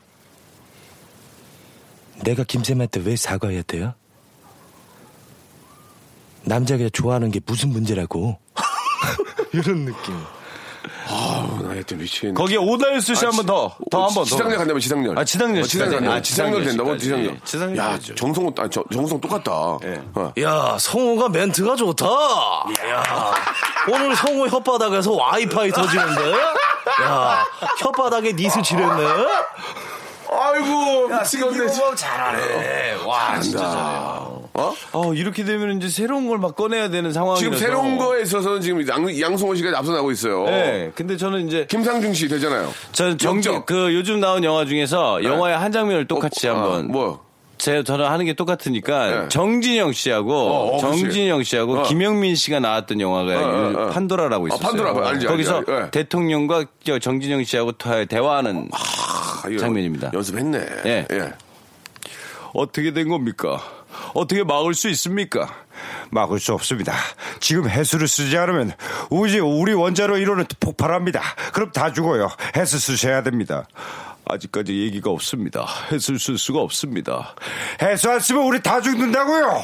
[SPEAKER 5] 내가 김쌤한테 왜 사과해야 돼요? 남자가 좋아하는 게 무슨 문제라고? 이런 느낌.
[SPEAKER 2] 아. 나 하여튼 미친.
[SPEAKER 4] 거기에 오다일수 씨
[SPEAKER 2] 아,
[SPEAKER 4] 한 번 더. 더 한 번 더.
[SPEAKER 2] 지상렬 간다면 지상렬.
[SPEAKER 4] 아, 지상렬
[SPEAKER 2] 어, 지상렬.
[SPEAKER 4] 씨까지.
[SPEAKER 2] 아, 지상렬 된다고?
[SPEAKER 4] 씨까지.
[SPEAKER 2] 지상렬.
[SPEAKER 4] 예, 지상렬 예.
[SPEAKER 2] 야,
[SPEAKER 4] 씨까지.
[SPEAKER 2] 정성호, 아, 저, 정성 똑같다. 어.
[SPEAKER 5] 야, 성우가 멘트가 좋다. 야, 오늘 성우 혓바닥에서 와이파이 터지는데? 야, 혓바닥에 니스 지렸네?
[SPEAKER 2] 아이고, 미치겠네.
[SPEAKER 4] 잘하네. 와, 진짜 잘해요.
[SPEAKER 2] 어?
[SPEAKER 4] 어, 이렇게 되면 이제 새로운 걸 막 꺼내야 되는 상황이
[SPEAKER 2] 지금 새로운 거에 있어서는 지금 양, 양승호 씨가 앞서나고 있어요.
[SPEAKER 4] 네, 근데 저는 이제
[SPEAKER 2] 김상중 씨 되잖아요.
[SPEAKER 4] 전 정적
[SPEAKER 2] 역적.
[SPEAKER 4] 그 요즘 나온 영화 중에서 영화의 한 장면을 똑같이
[SPEAKER 2] 네. 어,
[SPEAKER 4] 한번
[SPEAKER 2] 아, 뭐?
[SPEAKER 4] 제 저는 하는 게 똑같으니까
[SPEAKER 2] 네.
[SPEAKER 4] 정진영 씨하고
[SPEAKER 2] 어, 어, 그렇지.
[SPEAKER 4] 정진영 씨하고
[SPEAKER 2] 어.
[SPEAKER 4] 김영민 씨가 나왔던 영화가
[SPEAKER 2] 어, 어, 어.
[SPEAKER 4] 판도라라고
[SPEAKER 2] 아,
[SPEAKER 4] 있었어요.
[SPEAKER 2] 판도라, 알지, 알지,
[SPEAKER 4] 거기서
[SPEAKER 2] 알지, 예.
[SPEAKER 4] 대통령과 저 정진영 씨하고 다- 대화하는
[SPEAKER 2] 아, 이거
[SPEAKER 4] 장면입니다.
[SPEAKER 2] 연습했네.
[SPEAKER 4] 예.
[SPEAKER 2] 예.
[SPEAKER 4] 어떻게 된 겁니까? 어떻게 막을 수 있습니까? 막을 수 없습니다. 지금 해수를 쓰지 않으면 우리 우리 원자로 이론은 폭발합니다. 그럼 다 죽어요. 해수 쓰셔야 됩니다. 아직까지 얘기가 없습니다. 해수 쓸 수가 없습니다. 해수 안 쓰면 우리 다 죽는다고요.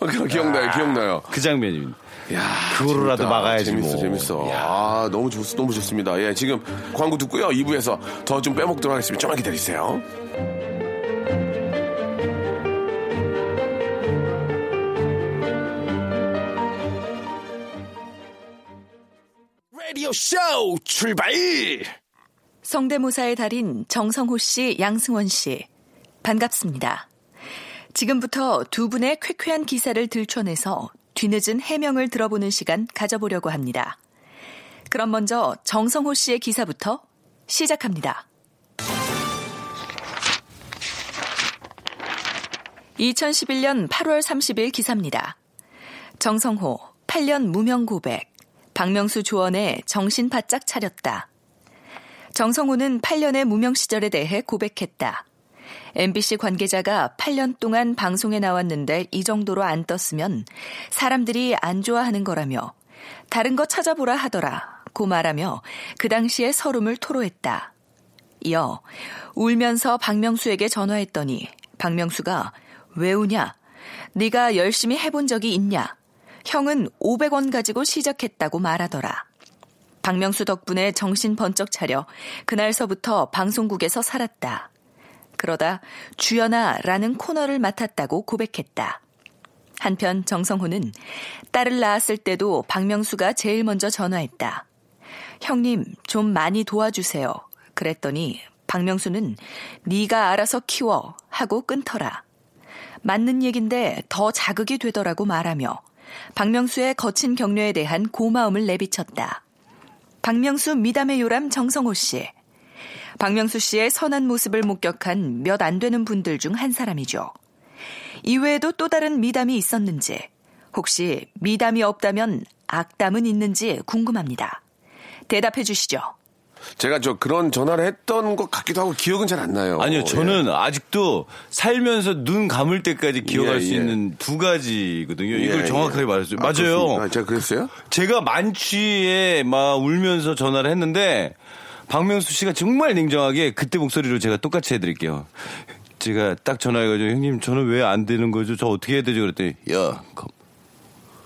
[SPEAKER 2] 어, 기- 기억나요, 기억나요.
[SPEAKER 4] 그 장면입니다.
[SPEAKER 2] 재밌다.
[SPEAKER 4] 그거라도 막아야지
[SPEAKER 2] 재밌어,
[SPEAKER 4] 뭐.
[SPEAKER 2] 재밌어. 아, 너무 좋, 너무 좋습니다. 예, 지금 광고 듣고요. 2부에서 더 좀 빼먹도록 하겠습니다. 조금만 기다리세요.
[SPEAKER 1] 라디오 쇼 출발!
[SPEAKER 7] 성대모사의 달인 정성호 씨, 양승원 씨. 반갑습니다. 지금부터 두 분의 쾌쾌한 기사를 들춰내서 뒤늦은 해명을 들어보는 시간 가져보려고 합니다. 그럼 먼저 정성호 씨의 기사부터 시작합니다. 2011년 8월 30일 기사입니다. 정성호, 8년 무명 고백. 박명수 조언에 정신 바짝 차렸다. 정성호는 8년의 무명 시절에 대해 고백했다. MBC 관계자가 8년 동안 방송에 나왔는데 이 정도로 안 떴으면 사람들이 안 좋아하는 거라며 다른 거 찾아보라 하더라 고 말하며 그 당시의 서름을 토로했다. 이어 울면서 박명수에게 전화했더니 박명수가 왜 우냐? 네가 열심히 해본 적이 있냐? 형은 500원 가지고 시작했다고 말하더라. 박명수 덕분에 정신 번쩍 차려 그날서부터 방송국에서 살았다. 그러다 주연아라는 코너를 맡았다고 고백했다. 한편 정성호는 딸을 낳았을 때도 박명수가 제일 먼저 전화했다. 형님 좀 많이 도와주세요. 그랬더니 박명수는 네가 알아서 키워 하고 끊더라. 맞는 얘긴데 더 자극이 되더라고 말하며 박명수의 거친 격려에 대한 고마움을 내비쳤다. 박명수 미담의 요람 정성호 씨. 박명수 씨의 선한 모습을 목격한 몇 안 되는 분들 중 한 사람이죠. 이외에도 또 다른 미담이 있었는지, 혹시 미담이 없다면 악담은 있는지 궁금합니다. 대답해 주시죠.
[SPEAKER 2] 제가 저 그런 전화를 했던 것 같기도 하고 기억은 잘 안 나요.
[SPEAKER 4] 아니요,
[SPEAKER 2] 예.
[SPEAKER 4] 저는 아직도 살면서 눈 감을 때까지 기억할
[SPEAKER 2] 예,
[SPEAKER 4] 수
[SPEAKER 2] 예.
[SPEAKER 4] 있는 두 가지거든요. 이걸
[SPEAKER 2] 예,
[SPEAKER 4] 정확하게
[SPEAKER 2] 예.
[SPEAKER 4] 말했어요.
[SPEAKER 2] 아,
[SPEAKER 4] 맞아요.
[SPEAKER 2] 그렇습니까? 아, 제가 그랬어요?
[SPEAKER 4] 제가 만취에 막 울면서 전화를 했는데 박명수 씨가 정말 냉정하게 그때 목소리로 제가 똑같이 해드릴게요. 제가 딱 전화해가지고 형님 저는 왜 안 되는 거죠? 저 어떻게 해야 되죠? 그랬더니 야 거-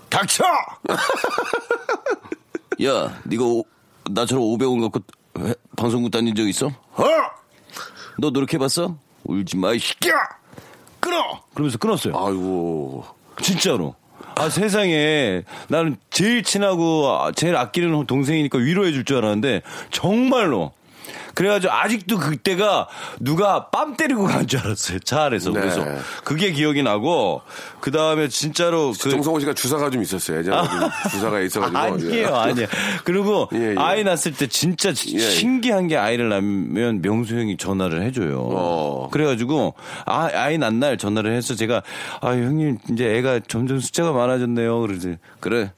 [SPEAKER 4] 닥쳐! 야 네가 오- 나처럼 500원 갖고 해- 방송국 다닌 적 있어? 어? 너 노력해봤어? 울지 마이 새끼야! 끊어! 그러면서 끊었어요.
[SPEAKER 2] 아이고.
[SPEAKER 4] 진짜로. 아 세상에 나는 아, 제일 친하고 제일 아끼는 동생이니까 위로해 줄 줄 알았는데 정말로 그래가지고 아직도 그때가 누가 뺨 때리고 간 줄 알았어요. 차 안에서.
[SPEAKER 2] 네.
[SPEAKER 4] 그래서 그게 기억이 나고 그 다음에 진짜로 그
[SPEAKER 2] 정성호 씨가 주사가 좀 있었어요. 예전에 좀 주사가 있어가지고.
[SPEAKER 4] 아니에요, 아니에요. 그리고
[SPEAKER 2] 예, 예.
[SPEAKER 4] 아이 낳았을 때 진짜 지-
[SPEAKER 2] 예.
[SPEAKER 4] 신기한 게 아이를 낳으면 명수 형이 전화를 해줘요.
[SPEAKER 2] 어.
[SPEAKER 4] 그래가지고 아, 아이 낳은 날 전화를 해서 제가 아 형님 이제 애가 점점 숫자가 많아졌네요. 그러지 그래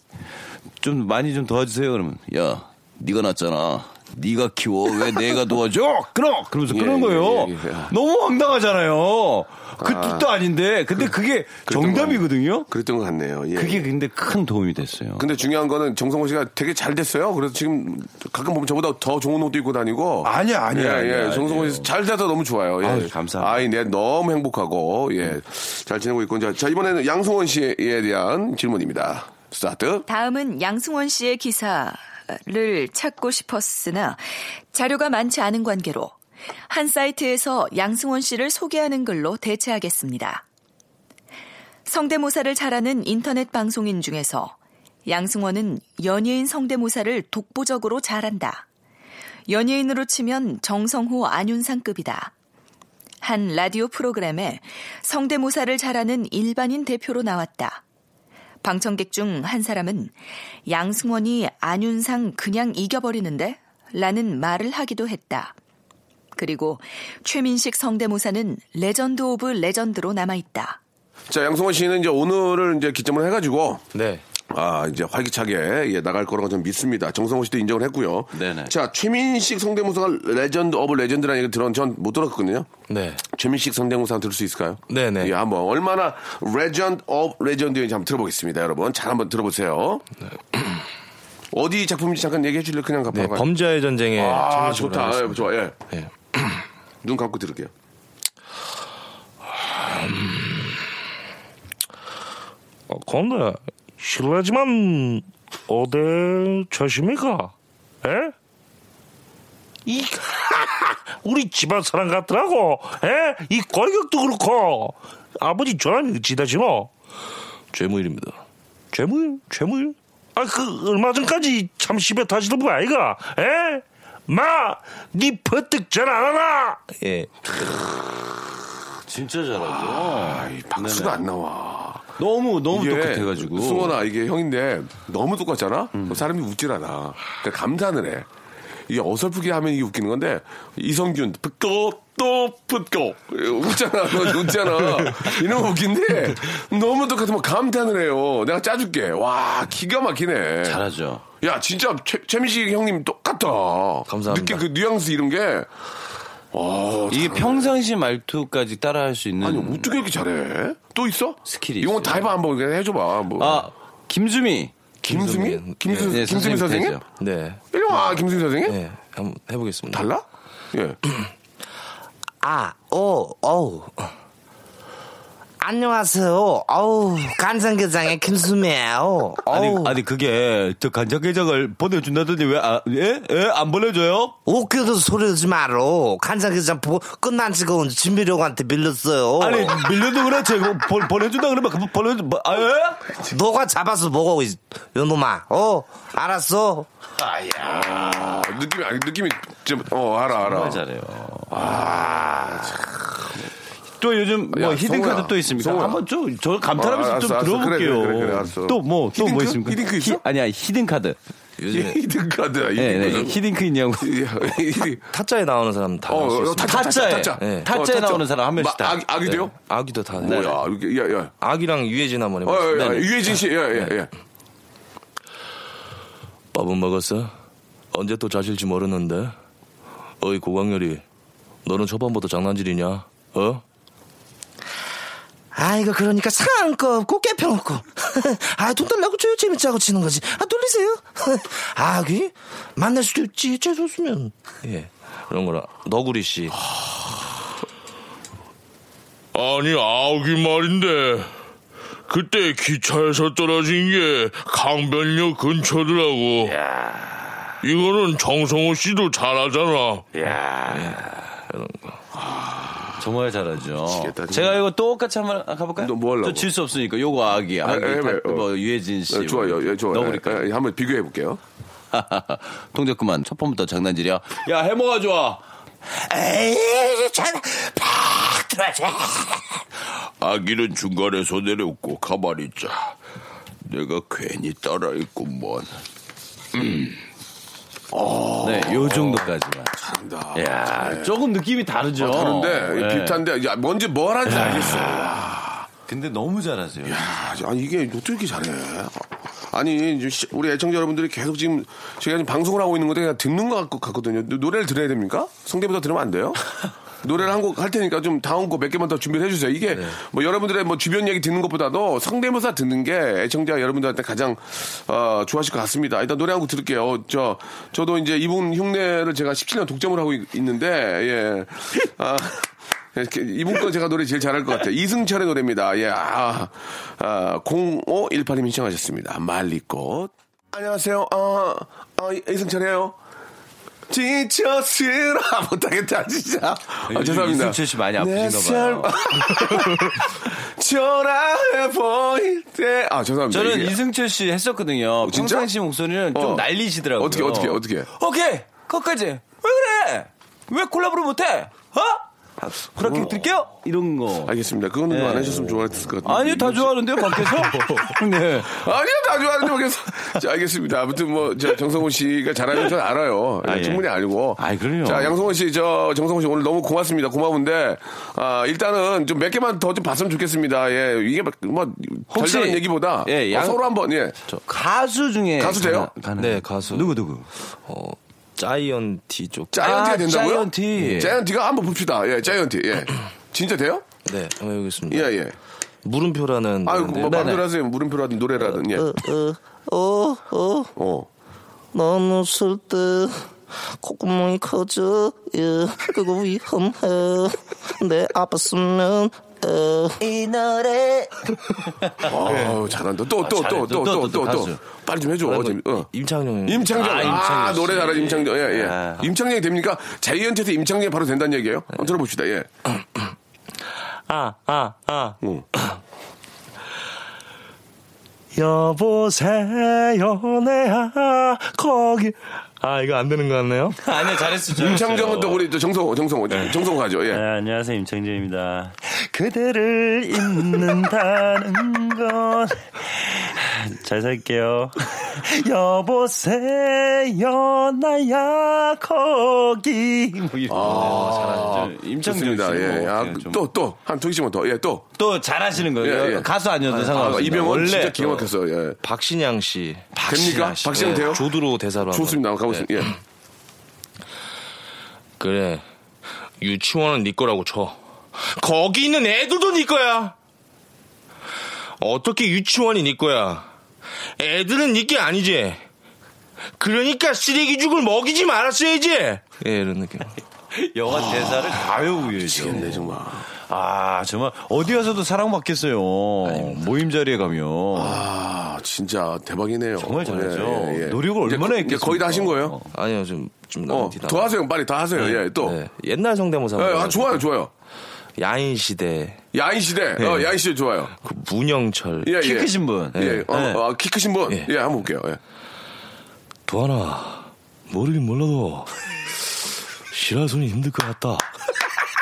[SPEAKER 4] 좀 많이 좀 도와주세요. 그러면 야 네가 낳잖아. 네가 키워 왜 내가 도와줘? 끊어. 그러면서
[SPEAKER 2] 예,
[SPEAKER 4] 끊은
[SPEAKER 2] 예,
[SPEAKER 4] 거예요.
[SPEAKER 2] 예, 예.
[SPEAKER 4] 너무 황당하잖아요. 그
[SPEAKER 2] 아.
[SPEAKER 4] 뜻도 아닌데 근데 그, 게
[SPEAKER 2] 그랬던
[SPEAKER 4] 정답이거든요.
[SPEAKER 2] 그랬던 것 같네요. 예.
[SPEAKER 4] 그게 근데 큰 도움이 됐어요.
[SPEAKER 2] 근데 중요한 거는 정성호 씨가 되게 잘 됐어요. 그래서 지금 가끔 보면 저보다 더 좋은 옷도 입고 다니고.
[SPEAKER 4] 아니야,
[SPEAKER 2] 예,
[SPEAKER 4] 아니야,
[SPEAKER 2] 예.
[SPEAKER 4] 아니야,
[SPEAKER 2] 정성호
[SPEAKER 4] 아니에요.
[SPEAKER 2] 씨 잘 돼서 너무 좋아요. 예.
[SPEAKER 4] 아유, 감사합니다. 음.
[SPEAKER 2] 아이, 내 너무 행복하고, 예. 잘 지내고 있고. 자, 자, 이번에는 양승원 씨에 대한 질문입니다. 스타트.
[SPEAKER 7] 다음은 양승원 씨의 기사를 찾고 싶었으나 자료가 많지 않은 관계로 한 사이트에서 양승원 씨를 소개하는 글로 대체하겠습니다. 성대모사를 잘하는 인터넷 방송인 중에서 양승원은 연예인 성대모사를 독보적으로 잘한다. 연예인으로 치면 정성호 안윤상급이다. 한 라디오 프로그램에 성대모사를 잘하는 일반인 대표로 나왔다. 방청객 중 한 사람은 양승원이 안윤상 그냥 이겨버리는데? 라는 말을 하기도 했다. 그리고 최민식 성대모사는 레전드 오브 레전드로 남아있다.
[SPEAKER 2] 자, 양승원 씨는 이제 오늘을 이제 기점으로 해가지고.
[SPEAKER 5] 네.
[SPEAKER 2] 아, 이제 활기차게, 예, 나갈 거라고 좀 믿습니다. 정성호 씨도 인정을 했고요.
[SPEAKER 4] 네네.
[SPEAKER 2] 자, 최민식 성대모사가 레전드 오브 레전드라는 얘기 들은 전 못 들었거든요.
[SPEAKER 5] 네.
[SPEAKER 2] 최민식 성대모사 들을 수 있을까요?
[SPEAKER 5] 네네.
[SPEAKER 2] 예, 한번 얼마나 레전드 오브 레전드인지 한번 들어보겠습니다, 여러분. 잘 한번 들어보세요. 어디 작품인지 잠깐 얘기해 줄래? 그냥
[SPEAKER 5] 네,
[SPEAKER 2] 가봐요.
[SPEAKER 5] 범죄의 전쟁에
[SPEAKER 2] 아,
[SPEAKER 5] 참여하시고
[SPEAKER 2] 좋다. 예,
[SPEAKER 5] 나왔습니다.
[SPEAKER 2] 좋아. 예.
[SPEAKER 5] 네.
[SPEAKER 2] 눈 감고 들을게요.
[SPEAKER 6] 어, 근데 실례지만 어디 자십니까? 에? 이 우리 집안 사람 같더라고. 에? 이 골격도 그렇고 아버지 저랑 지다시노 죄무일입니다. 죄무일? 죄무일? 아 그 얼마 전까지 참 집에 다시던 분 아이가? 에? 마, 니 퍼뜩 전화 안 하나? 예.
[SPEAKER 4] 진짜 잘하죠.
[SPEAKER 2] 이 박수가 안 나와.
[SPEAKER 4] 너무 너무
[SPEAKER 2] 이게
[SPEAKER 4] 똑같아가지고.
[SPEAKER 2] 승원아 이게 형인데 너무 똑같잖아. 그럼 사람이 웃질 않아. 그러니까 감탄을 해. 이게 어설프게 하면 이게 웃기는 건데 이성균 붓고 또 붓고 웃잖아 너 웃잖아 이런 거 웃긴데 너무 똑같으면 감탄을 해요 내가 짜줄게 와 기가 막히네
[SPEAKER 4] 잘하죠.
[SPEAKER 2] 야 진짜 최, 최민식 형님 똑같다
[SPEAKER 5] 감사합니다.
[SPEAKER 2] 느낌 그 뉘앙스 이런 게
[SPEAKER 4] 이게 평상시 말투까지 따라할 수 있는.
[SPEAKER 2] 아니 어떻게 이렇게 잘해 또 있어
[SPEAKER 4] 스킬이
[SPEAKER 2] 이건
[SPEAKER 4] 있어요.
[SPEAKER 2] 다 해봐 한번 그냥 해줘봐 뭐
[SPEAKER 4] 아, 김수미.
[SPEAKER 2] 김수미 김수
[SPEAKER 4] 예, 예,
[SPEAKER 2] 김수미 선생님
[SPEAKER 4] 되죠.
[SPEAKER 5] 네.
[SPEAKER 2] 일로 와, 김승희 선생님.
[SPEAKER 5] 네. 한번 해보겠습니다.
[SPEAKER 2] 달라? 예.
[SPEAKER 8] 아, 오, 어우. 안녕하세요. 어우, 간장게장의 김수미예요.
[SPEAKER 4] 아니,
[SPEAKER 8] 어우,
[SPEAKER 4] 아니 그게 저 간장게장을 보내준다더니 왜 안 예? 예? 안 보내줘요?
[SPEAKER 8] 웃겨서 소리하지 마라. 간장게장 보고 끝난 지가 언제 진미령한테 밀렸어요.
[SPEAKER 4] 아니 밀려도 그렇지 뭐 보, 보내준다 그러면 그 보내 뭐, 아 예?
[SPEAKER 8] 너가 잡아서 먹어, 이 요놈아. 어, 알았어.
[SPEAKER 2] 아, 느낌이, 아니, 느낌이 좀, 어, 알아, 아, 알아.
[SPEAKER 4] 잘해요. 또 요즘 뭐
[SPEAKER 2] 야,
[SPEAKER 4] 히든카드
[SPEAKER 2] 성우야.
[SPEAKER 4] 또 있습니까?
[SPEAKER 2] 성우야.
[SPEAKER 4] 한번 좀저 감탄하면서
[SPEAKER 2] 어, 알았어,
[SPEAKER 4] 좀
[SPEAKER 2] 알았어.
[SPEAKER 4] 들어볼게요.
[SPEAKER 2] 그래, 그래, 그래, 알았어.
[SPEAKER 4] 또 뭐 또 뭐
[SPEAKER 2] 히든카?
[SPEAKER 4] 있습니까?
[SPEAKER 2] 히든카 있어?
[SPEAKER 4] 아니 아니 히든카드.
[SPEAKER 5] 요즘에
[SPEAKER 2] 히든카드야,
[SPEAKER 4] 예, 네,
[SPEAKER 2] 히든카드.
[SPEAKER 4] 히든크 있냐고.
[SPEAKER 2] 예, 히든-
[SPEAKER 5] 타짜에 나오는 사람 다
[SPEAKER 2] 어,
[SPEAKER 5] 나올 수
[SPEAKER 2] 어,
[SPEAKER 5] 있습니다.
[SPEAKER 2] 타짜, 타짜,
[SPEAKER 4] 타짜에.
[SPEAKER 2] 타짜.
[SPEAKER 4] 예.
[SPEAKER 2] 어,
[SPEAKER 4] 타짜에
[SPEAKER 2] 타짜.
[SPEAKER 4] 나오는 사람 한
[SPEAKER 2] 마-
[SPEAKER 4] 명씩 다.
[SPEAKER 2] 악, 악이 돼요?
[SPEAKER 5] 아기도 다. 네.
[SPEAKER 2] 뭐야, 이렇게, 야, 야.
[SPEAKER 5] 아기랑 유해진 한번
[SPEAKER 2] 어, 야,
[SPEAKER 5] 해보겠습니다.
[SPEAKER 2] 야,
[SPEAKER 5] 네.
[SPEAKER 2] 유해진 씨, 예, 예, 예.
[SPEAKER 5] 밥은 먹었어? 언제 또 자실지 모르는데. 어이 고광렬이, 너는 초반부터 장난질이냐? 어?
[SPEAKER 8] 아이고, 그러니까 상한 거 없고, 깨평 없고. 아, 돈 달라고 줘요. 재밌자고 치는 거지. 아, 놀리세요. 아, 그 만날 수도 있지. 재수 없으면.
[SPEAKER 5] 예. 이런 거라. 너구리 씨.
[SPEAKER 6] 아니 아기
[SPEAKER 2] 어,
[SPEAKER 6] 말인데 네. 그때 기차에서 떨어진 게 강변역 근처더라고. 이거는 정성호 씨도 잘하잖아.
[SPEAKER 4] 정말 잘하죠.
[SPEAKER 2] 미치겠다, 정말.
[SPEAKER 4] 제가 이거 똑같이 한번 가볼까요?
[SPEAKER 2] 너뭐 하려고?
[SPEAKER 4] 저질수 없으니까. 요거 아기, 아기,
[SPEAKER 2] 예,
[SPEAKER 4] 다-
[SPEAKER 2] 예, 어.
[SPEAKER 4] 뭐 유해진 씨,
[SPEAKER 2] 예, 좋아요, 예, 좋아요.
[SPEAKER 4] 너구리까. 그러니까.
[SPEAKER 2] 예, 예, 한번 비교해 볼게요.
[SPEAKER 4] 동작 그만. 첫 번부터 장난질이야. 야 해머가 좋아.
[SPEAKER 8] 에이, 전팍 들어가자.
[SPEAKER 4] 아기는 중간에 손을 없고 가만히 있자. 내가 괜히 따라했구먼. 음.
[SPEAKER 5] 네, 요 정도까지만.
[SPEAKER 2] 잘한다.
[SPEAKER 5] 야, 조금 느낌이 다르죠.
[SPEAKER 2] 아, 다른데
[SPEAKER 5] 네.
[SPEAKER 2] 비슷한데 야, 뭔지 뭘 하는지
[SPEAKER 5] 야.
[SPEAKER 2] 알겠어.
[SPEAKER 5] 근데 너무 잘하세요.
[SPEAKER 2] 아, 아, 이게 어떻게 이렇게 잘해? 아니 이제 시- 우리 애청자 여러분들이 계속 지금 제가 지금 방송을 하고 있는 것도 그냥 듣는 것 같- 같거든요. 노- 노래를 들어야 됩니까? 성대부터 들으면 안 돼요? 노래를 한 곡 할 테니까 좀 다음 곡 몇 개만 더 준비를 해주세요. 이게 뭐 여러분들의 뭐 주변 얘기 듣는 것보다도 성대모사 듣는 게 애청자 여러분들한테 가장 어, 좋아하실 것 같습니다. 일단 노래 한 곡 들을게요. 저 저도 이제 이분 흉내를 제가 17년 독점을 하고 있- 있는데 예. 아, 이렇게 이분 거 제가 노래 제일 잘할 것 같아요. 이승철의 노래입니다. 예, 아, 아 0518님 신청하셨습니다. 말리꽃. 안녕하세요. 아, 아 이승철이에요. 지쳐 쓰라 못하겠다 진짜. 아, 죄송합니다.
[SPEAKER 4] 이승철 씨 많이
[SPEAKER 2] 내
[SPEAKER 4] 아프신가 봐요.
[SPEAKER 2] 전화해 보일 때. 아 죄송합니다.
[SPEAKER 4] 저는
[SPEAKER 2] 이게.
[SPEAKER 4] 이승철 씨 했었거든요.
[SPEAKER 2] 어, 진짜?
[SPEAKER 4] 평상 씨 목소리는
[SPEAKER 2] 어.
[SPEAKER 4] 좀 날리시더라고요.
[SPEAKER 2] 어떻게, 어떻게, 어떻게?
[SPEAKER 4] 오케이 거기까지. 왜 그래? 왜 콜라보를 못해? 어? 그렇게 들게요. 이런 거.
[SPEAKER 2] 알겠습니다. 그거는 안 하셨으면 좋았을 것 같아요.
[SPEAKER 4] 아니요 다 좋아하는데요 밖에서. 네.
[SPEAKER 2] 아니요, 다 좋아하는데 모르겠어. 자, 알겠습니다. 아무튼 뭐, 저 정성호 씨가 잘하는 줄 알아요.
[SPEAKER 4] 아, 예.
[SPEAKER 2] 충분히 알고.
[SPEAKER 4] 아이, 그래요.
[SPEAKER 2] 자, 양성호 씨, 저 정성호 씨 오늘 너무 고맙습니다. 고마운데, 아, 일단은 좀 몇 개만 더 좀 봤으면 좋겠습니다. 예, 이게 막, 뭐,
[SPEAKER 4] 혹시-
[SPEAKER 2] 별다른 얘기보다
[SPEAKER 4] 예,
[SPEAKER 2] 어,
[SPEAKER 4] 양-
[SPEAKER 2] 서로 한번 예.
[SPEAKER 4] 저 가수 중에
[SPEAKER 2] 가수세요?
[SPEAKER 4] 가능- 가능-
[SPEAKER 5] 네, 가수.
[SPEAKER 4] 누구 누구?
[SPEAKER 5] 어, 자이언티 쪽.
[SPEAKER 2] 짜이언티가
[SPEAKER 5] 아,
[SPEAKER 2] 된다고요?
[SPEAKER 5] 자이언티.
[SPEAKER 2] 음, 자이언티가 한번 봅시다. 예, 자이언티. 예. 진짜 돼요?
[SPEAKER 5] 네, 한번 해보겠습니다.
[SPEAKER 2] 예, 예.
[SPEAKER 5] 물음표라는.
[SPEAKER 2] 아유,
[SPEAKER 5] 노래인데요.
[SPEAKER 2] 뭐, 마음대로
[SPEAKER 5] 네네.
[SPEAKER 2] 하세요. 물음표라든 노래라든, 예.
[SPEAKER 8] 어, 어, 어.
[SPEAKER 2] 어.
[SPEAKER 8] 넌 웃을 때 콧구멍이 커져 예, 그거 위험해 내 아팠으면 어. 이 노래
[SPEAKER 2] 어 잘한다. 또, 또,
[SPEAKER 5] 아,
[SPEAKER 2] 또,
[SPEAKER 5] 잘해.
[SPEAKER 2] 또, 또, 또, 또.
[SPEAKER 5] 가수.
[SPEAKER 2] 빨리 좀 해줘.
[SPEAKER 5] 그리고
[SPEAKER 2] 재미- 어.
[SPEAKER 5] 임창용.
[SPEAKER 4] 음.
[SPEAKER 2] 임창정. 아,
[SPEAKER 5] 아, 임창정 씨.
[SPEAKER 2] 노래 잘하죠, 임창정. 예, 예.
[SPEAKER 5] 아.
[SPEAKER 2] 임창정이 됩니까? 자이언트에서 임창정이 바로 된다는 얘기예요?
[SPEAKER 4] 네.
[SPEAKER 2] 한번 들어봅시다, 예.
[SPEAKER 5] 아, 아, 아.
[SPEAKER 4] 음.
[SPEAKER 2] 응.
[SPEAKER 5] 여보세요, 내야, 거기. 아, 이거 안 되는 것 같네요?
[SPEAKER 4] 아니요 잘했어. 잘했어요. 네.
[SPEAKER 2] 임창정은 또 우리 또 정성호, 정성호, 정성호 가죠, 예.
[SPEAKER 9] 네, 안녕하세요 임창진입니다.
[SPEAKER 5] 그대를 잊는다는 건
[SPEAKER 9] 잘 살게요.
[SPEAKER 5] 여보세요 나야 거기
[SPEAKER 2] 아,
[SPEAKER 4] 잘하죠. 네, 임창정
[SPEAKER 2] 좋습니다.
[SPEAKER 4] 씨. 뭐,
[SPEAKER 2] 예. 아,
[SPEAKER 4] 좀-
[SPEAKER 2] 또, 또. 한 두 개씩만 더. 예, 또.
[SPEAKER 4] 또 잘하시는 거예요.
[SPEAKER 2] 예, 예.
[SPEAKER 4] 가수 아니어도
[SPEAKER 2] 아,
[SPEAKER 4] 상관없어요.
[SPEAKER 2] 이병헌 진짜 기가 막혔어요, 예.
[SPEAKER 5] 박신양 씨
[SPEAKER 2] 됩니까?
[SPEAKER 4] 네,
[SPEAKER 2] 박신양 돼요?
[SPEAKER 5] 조두로 대사로 한번.
[SPEAKER 2] 좋습니다. 한번 가보겠습니다.
[SPEAKER 4] 음.
[SPEAKER 2] 예.
[SPEAKER 5] 그래 유치원은 네 거라고 쳐 거기 있는 애들도 네 거야 어떻게 유치원이 네 거야 애들은 네게 아니지 그러니까 쓰레기 죽을 먹이지 말았어야지 예 이런 느낌
[SPEAKER 4] 영화 대사를 다 외우죠.
[SPEAKER 2] 아, 미치겠네, 정말.
[SPEAKER 4] 아 정말 어디 가서도 사랑받겠어요. 모임 자리에 가면
[SPEAKER 2] 아, 진짜 대박이네요.
[SPEAKER 4] 정말 잘하죠.
[SPEAKER 2] 예, 예, 예.
[SPEAKER 4] 노력을
[SPEAKER 2] 이제
[SPEAKER 4] 얼마나
[SPEAKER 2] 거- 이제
[SPEAKER 4] 했겠습니까? 어,
[SPEAKER 2] 거의 다 하신 거예요?
[SPEAKER 5] 아니요 좀좀
[SPEAKER 2] 어, 더 하세요. 빨리 다 하세요. 예, 또.
[SPEAKER 5] 네, 옛날 성대모사
[SPEAKER 2] 예, 아, 좋아요, 좋아요.
[SPEAKER 5] 야인 시대
[SPEAKER 2] 야인 시대.
[SPEAKER 4] 네.
[SPEAKER 2] 어, 야인 시대 좋아요.
[SPEAKER 5] 그 문영철
[SPEAKER 2] 예,
[SPEAKER 4] 키
[SPEAKER 2] 예.
[SPEAKER 4] 크신 분.
[SPEAKER 2] 예, 어,
[SPEAKER 4] 네.
[SPEAKER 2] 어, 키 크신 분. 예, 한번 볼게요. 예.
[SPEAKER 5] 도하나 모르긴 몰라도 실할 손이 힘들 것 같다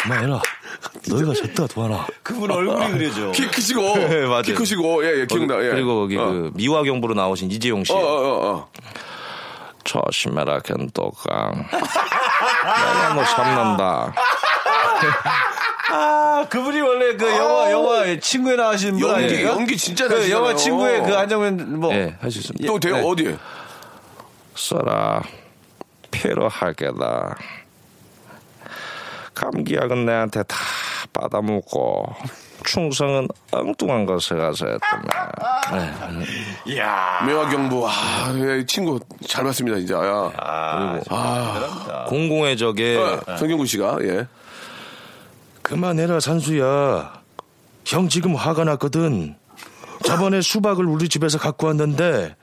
[SPEAKER 5] 그만해라 너희가 졌다 도하나
[SPEAKER 4] 그분 얼굴이 그려져.
[SPEAKER 2] 키 크시고.
[SPEAKER 5] 예, 맞아요.
[SPEAKER 2] 키 크시고. 예, 예, 기억나. 예.
[SPEAKER 5] 그리고 거기
[SPEAKER 2] 어.
[SPEAKER 5] 그 미화경부로 나오신 이재용 씨
[SPEAKER 2] 어, 어, 어, 어.
[SPEAKER 5] 조심해라 겐또강 내가 뭐 너 잡는다
[SPEAKER 4] 아 그분이 원래 그 영화 영화 친구에 나오신 분
[SPEAKER 2] 연기,
[SPEAKER 4] 아니에요?
[SPEAKER 2] 연기 진짜
[SPEAKER 4] 그
[SPEAKER 2] 잘하시잖아요. 어.
[SPEAKER 4] 영화 친구에 그 한정면 뭐
[SPEAKER 5] 예 할 수 있습니다
[SPEAKER 2] 또 돼요?
[SPEAKER 4] 네.
[SPEAKER 2] 어디에?
[SPEAKER 5] 써라 필요하게다 감기약은 내한테 다 받아먹고 충성은 엉뚱한 것을 가서 했더만
[SPEAKER 2] 매화경부. 아, 예, 친구 잘 봤습니다, 진짜. 야.
[SPEAKER 5] 공공의 적에
[SPEAKER 2] 어, 성경구 씨가. 예.
[SPEAKER 5] 그만해라 산수야 형 지금 화가 났거든 저번에 수박을 우리 집에서 갖고 왔는데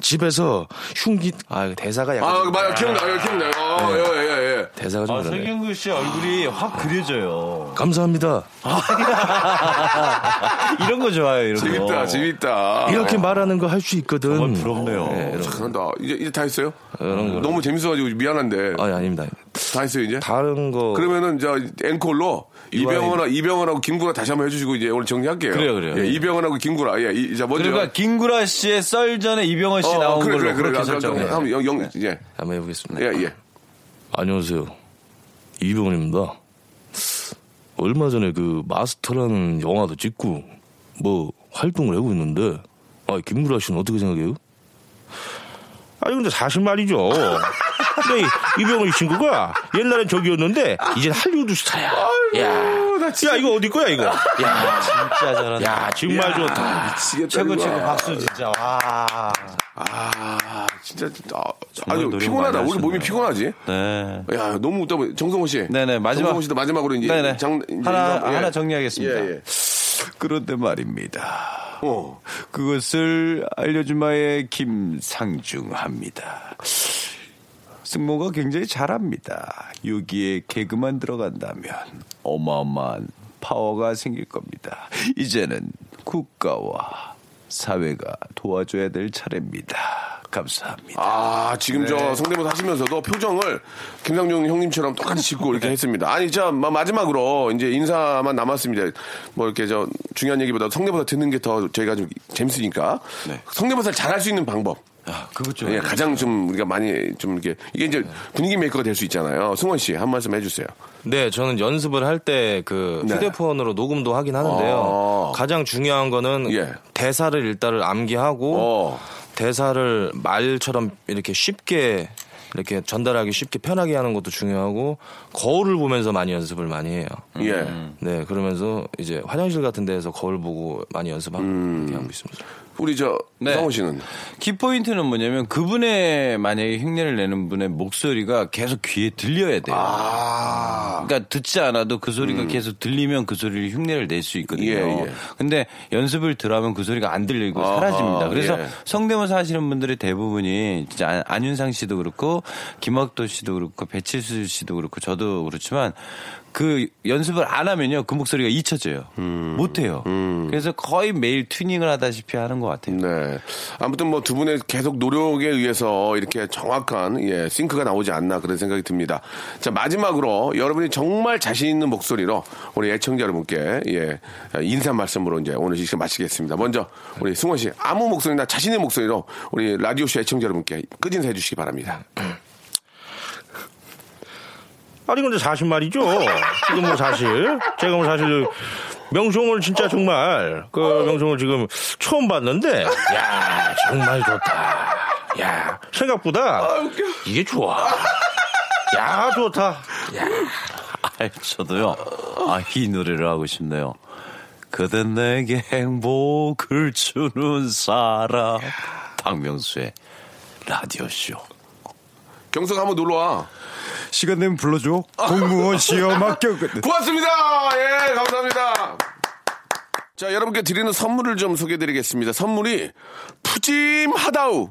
[SPEAKER 5] 집에서 흉기 아 대사가
[SPEAKER 2] 아,
[SPEAKER 5] 약간
[SPEAKER 2] 맞아. 아, 기억나요. 기억나요. 어, 어, 예, 예, 예.
[SPEAKER 5] 대사가 좀
[SPEAKER 6] 아,
[SPEAKER 5] 다르네.
[SPEAKER 6] 서경구 씨 얼굴이 확 그려져요.
[SPEAKER 5] 감사합니다.
[SPEAKER 6] 이런 거 좋아요, 이런 거.
[SPEAKER 2] 재밌다, 재밌다.
[SPEAKER 5] 어. 이렇게 말하는 거 할 수 있거든.
[SPEAKER 2] 어,
[SPEAKER 5] 정말
[SPEAKER 6] 음. 어, 부럽네요.
[SPEAKER 2] 잘한다. 이제, 이제 다 했어요? 너무 재밌어가지고 미안한데.
[SPEAKER 5] 아, 아닙니다.
[SPEAKER 2] 다 했어요, 이제?
[SPEAKER 5] 다른 거.
[SPEAKER 2] 그러면은, 저, 앵콜로, 이병헌, 이병헌하고 김구라 다시 한번 해주시고, 이제 오늘 정리할게요.
[SPEAKER 6] 그래요, 그래요.
[SPEAKER 2] 예, 이병헌하고 김구라. 예, 이, 자, 먼저.
[SPEAKER 6] 그러니까 김구라 씨의 썰 전에 이병헌 씨
[SPEAKER 2] 어, 어,
[SPEAKER 6] 나온
[SPEAKER 2] 그래,
[SPEAKER 6] 걸로
[SPEAKER 2] 그래, 그래.
[SPEAKER 6] 그렇게 네.
[SPEAKER 2] 아까
[SPEAKER 6] 설정해.
[SPEAKER 2] 한번 영, 영, 예.
[SPEAKER 5] 한번 해보겠습니다.
[SPEAKER 2] 예, 예.
[SPEAKER 5] 안녕하세요. 이병헌입니다. 얼마 전에 그 마스터라는 영화도 찍고 뭐 활동을 하고 있는데 아 김구라 씨는 어떻게 생각해요?
[SPEAKER 10] 아니 근데 사실 말이죠. 근데 이- 이병헌 이 친구가 옛날엔 저기였는데 이젠 할리우드 스타야. 야, 야 이거 어디 거야 이거? 야,
[SPEAKER 6] 진짜 잘한다.
[SPEAKER 10] 야 정말
[SPEAKER 6] 야,
[SPEAKER 10] 좋다.
[SPEAKER 2] 미치겠다.
[SPEAKER 6] 최고,
[SPEAKER 2] 이거.
[SPEAKER 6] 최고 박수 아, 진짜. 와.
[SPEAKER 2] 아, 진짜, 진짜. 아,
[SPEAKER 6] 정말
[SPEAKER 2] 아니,
[SPEAKER 6] 노력
[SPEAKER 2] 피곤하다.
[SPEAKER 6] 많이
[SPEAKER 2] 우리 몸이
[SPEAKER 6] 하셨네요.
[SPEAKER 2] 피곤하지?
[SPEAKER 6] 네.
[SPEAKER 2] 야, 너무 웃다 보니. 정성호 씨.
[SPEAKER 6] 네네, 마지막.
[SPEAKER 2] 정성호 씨도 마지막으로 이제.
[SPEAKER 6] 네네.
[SPEAKER 2] 장, 이제
[SPEAKER 6] 하나,
[SPEAKER 2] 인사- 예.
[SPEAKER 6] 하나 정리하겠습니다.
[SPEAKER 2] 예, 예.
[SPEAKER 6] 그런데 말입니다. 어, 그것을 알려주마의 김상중합니다. 승모가 굉장히 잘합니다. 여기에 개그만 들어간다면 어마어마한 파워가 생길 겁니다. 이제는 국가와 사회가 도와줘야 될 차례입니다. 감사합니다.
[SPEAKER 2] 아, 지금
[SPEAKER 6] 네.
[SPEAKER 2] 저 성대모사 하시면서도 표정을 김상중 형님처럼 똑같이 짓고 이렇게 했습니다. 아니, 저 마- 마지막으로 이제 인사만 남았습니다. 뭐 이렇게 저 중요한 얘기보다 성대모사 듣는 게 더 저희가 좀 재밌으니까. 성대모사를 잘할 수 있는 방법.
[SPEAKER 6] 네. 아, 그것 좀.
[SPEAKER 2] 예, 가장 좀 우리가 많이 좀 이렇게 이게
[SPEAKER 6] 네.
[SPEAKER 2] 이제 분위기 메이커가 될 수 있잖아요. 승원 씨, 한 말씀 해주세요.
[SPEAKER 5] 네, 저는 연습을 할 때 그
[SPEAKER 2] 네.
[SPEAKER 5] 휴대폰으로 녹음도 하긴 하는데요. 가장 중요한 거는 대사를 일단을 암기하고
[SPEAKER 2] 어.
[SPEAKER 6] 어.
[SPEAKER 5] 대사를 말처럼 이렇게 쉽게 이렇게 전달하기 쉽게 편하게 하는 것도 중요하고 거울을 보면서 많이 연습을 많이 해요.
[SPEAKER 2] 예.
[SPEAKER 6] 음.
[SPEAKER 5] 네, 그러면서 이제 화장실 같은 데에서 거울 보고 많이 연습하고 이렇게 하고 있습니다.
[SPEAKER 2] 우리 저
[SPEAKER 6] 성호
[SPEAKER 2] 씨는
[SPEAKER 6] 키포인트는 뭐냐면 그분의 만약에 흉내를 내는 분의 목소리가 계속 귀에 들려야 돼요. 그러니까 듣지 않아도 그 소리가 계속 들리면 그 소리를 흉내를 낼 수 있거든요.
[SPEAKER 2] 음. 예, 예.
[SPEAKER 6] 근데 연습을 들어하면 그 소리가 안 들리고
[SPEAKER 2] 아하,
[SPEAKER 6] 사라집니다. 그래서
[SPEAKER 2] 예.
[SPEAKER 6] 성대모사 하시는 분들이 대부분이 진짜 아, 안- 안윤상 씨도 그렇고 김학도 씨도 그렇고 배칠수 씨도 그렇고 저도 그렇지만 그 연습을 안 하면요 그 목소리가 잊혀져요.
[SPEAKER 2] 음.
[SPEAKER 6] 못 해요. 그래서 거의 매일 튜닝을 하다시피 하는 것 같아요.
[SPEAKER 2] 네. 아무튼 뭐 두 분의 계속 노력에 의해서 이렇게 정확한 예, 싱크가 나오지 않나 그런 생각이 듭니다. 자, 마지막으로 여러분이 정말 자신 있는 목소리로 우리 애청자 여러분께 예, 인사 말씀으로 이제 오늘 이 시간 마치겠습니다. 먼저 우리 승원 씨 아무 목소리나 자신의 목소리로 우리 라디오쇼 애청자 여러분께 끝인사 해주시기 바랍니다.
[SPEAKER 10] 아니 근데 사실 말이죠. 지금 뭐 사실 제가 뭐 사실 명성을 진짜 정말 그 명성을 지금 처음 봤는데 야 정말 좋다. 야 생각보다 이게 좋아. 야 좋다.
[SPEAKER 6] 아, 저도요. 아, 이 노래를 하고 싶네요. 그댄 내게 행복을 주는 사람. 박명수의 라디오쇼.
[SPEAKER 2] 경석 한번 놀러 와.
[SPEAKER 6] 시간 되면 불러줘. 공무원 시험 합격은.
[SPEAKER 2] 고맙습니다. 예, 감사합니다. 자, 여러분께 드리는 선물을 좀 소개해 드리겠습니다. 선물이 푸짐하다우.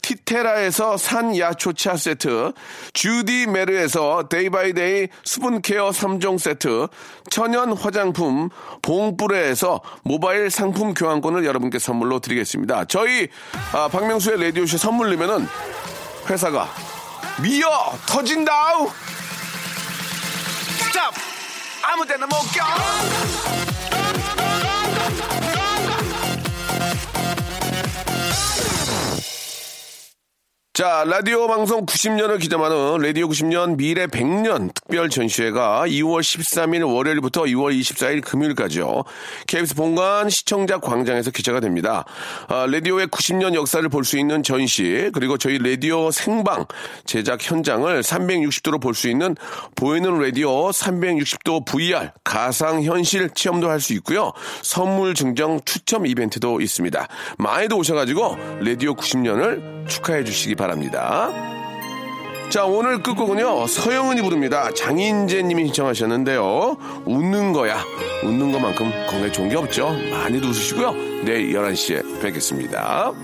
[SPEAKER 2] 티테라에서 산야초차 세트, 주디 메르에서 데이바이데이 수분케어 3종 세트, 천연 화장품 봉뿌레에서 모바일 상품 교환권을 여러분께 선물로 드리겠습니다. 저희 아, 박명수의 라디오쇼 선물리면은 회사가 미어 터진다우!
[SPEAKER 1] 스탑! 아무 데나 못 껴!
[SPEAKER 2] 자, 라디오 방송 90년을 기념하는 라디오 90년 미래 100년 특별 전시회가 2월 13일 월요일부터 2월 24일 금요일까지요. KBS 본관 시청자 광장에서 기차가 됩니다. 아, 라디오의 90년 역사를 볼 수 있는 전시, 그리고 저희 라디오 생방 제작 현장을 360도로 볼 수 있는 보이는 라디오 360도 VR 가상 현실 체험도 할 수 있고요. 선물 증정 추첨 이벤트도 있습니다. 많이도 오셔가지고 라디오 90년을 축하해 주시기 바랍니다. 자, 오늘 끝곡은요, 서영은이 부릅니다. 장인재님이 신청하셨는데요. 웃는 거야. 웃는 것만큼 건강에 좋은 게 없죠. 많이도 웃으시고요. 내일 11시에 뵙겠습니다.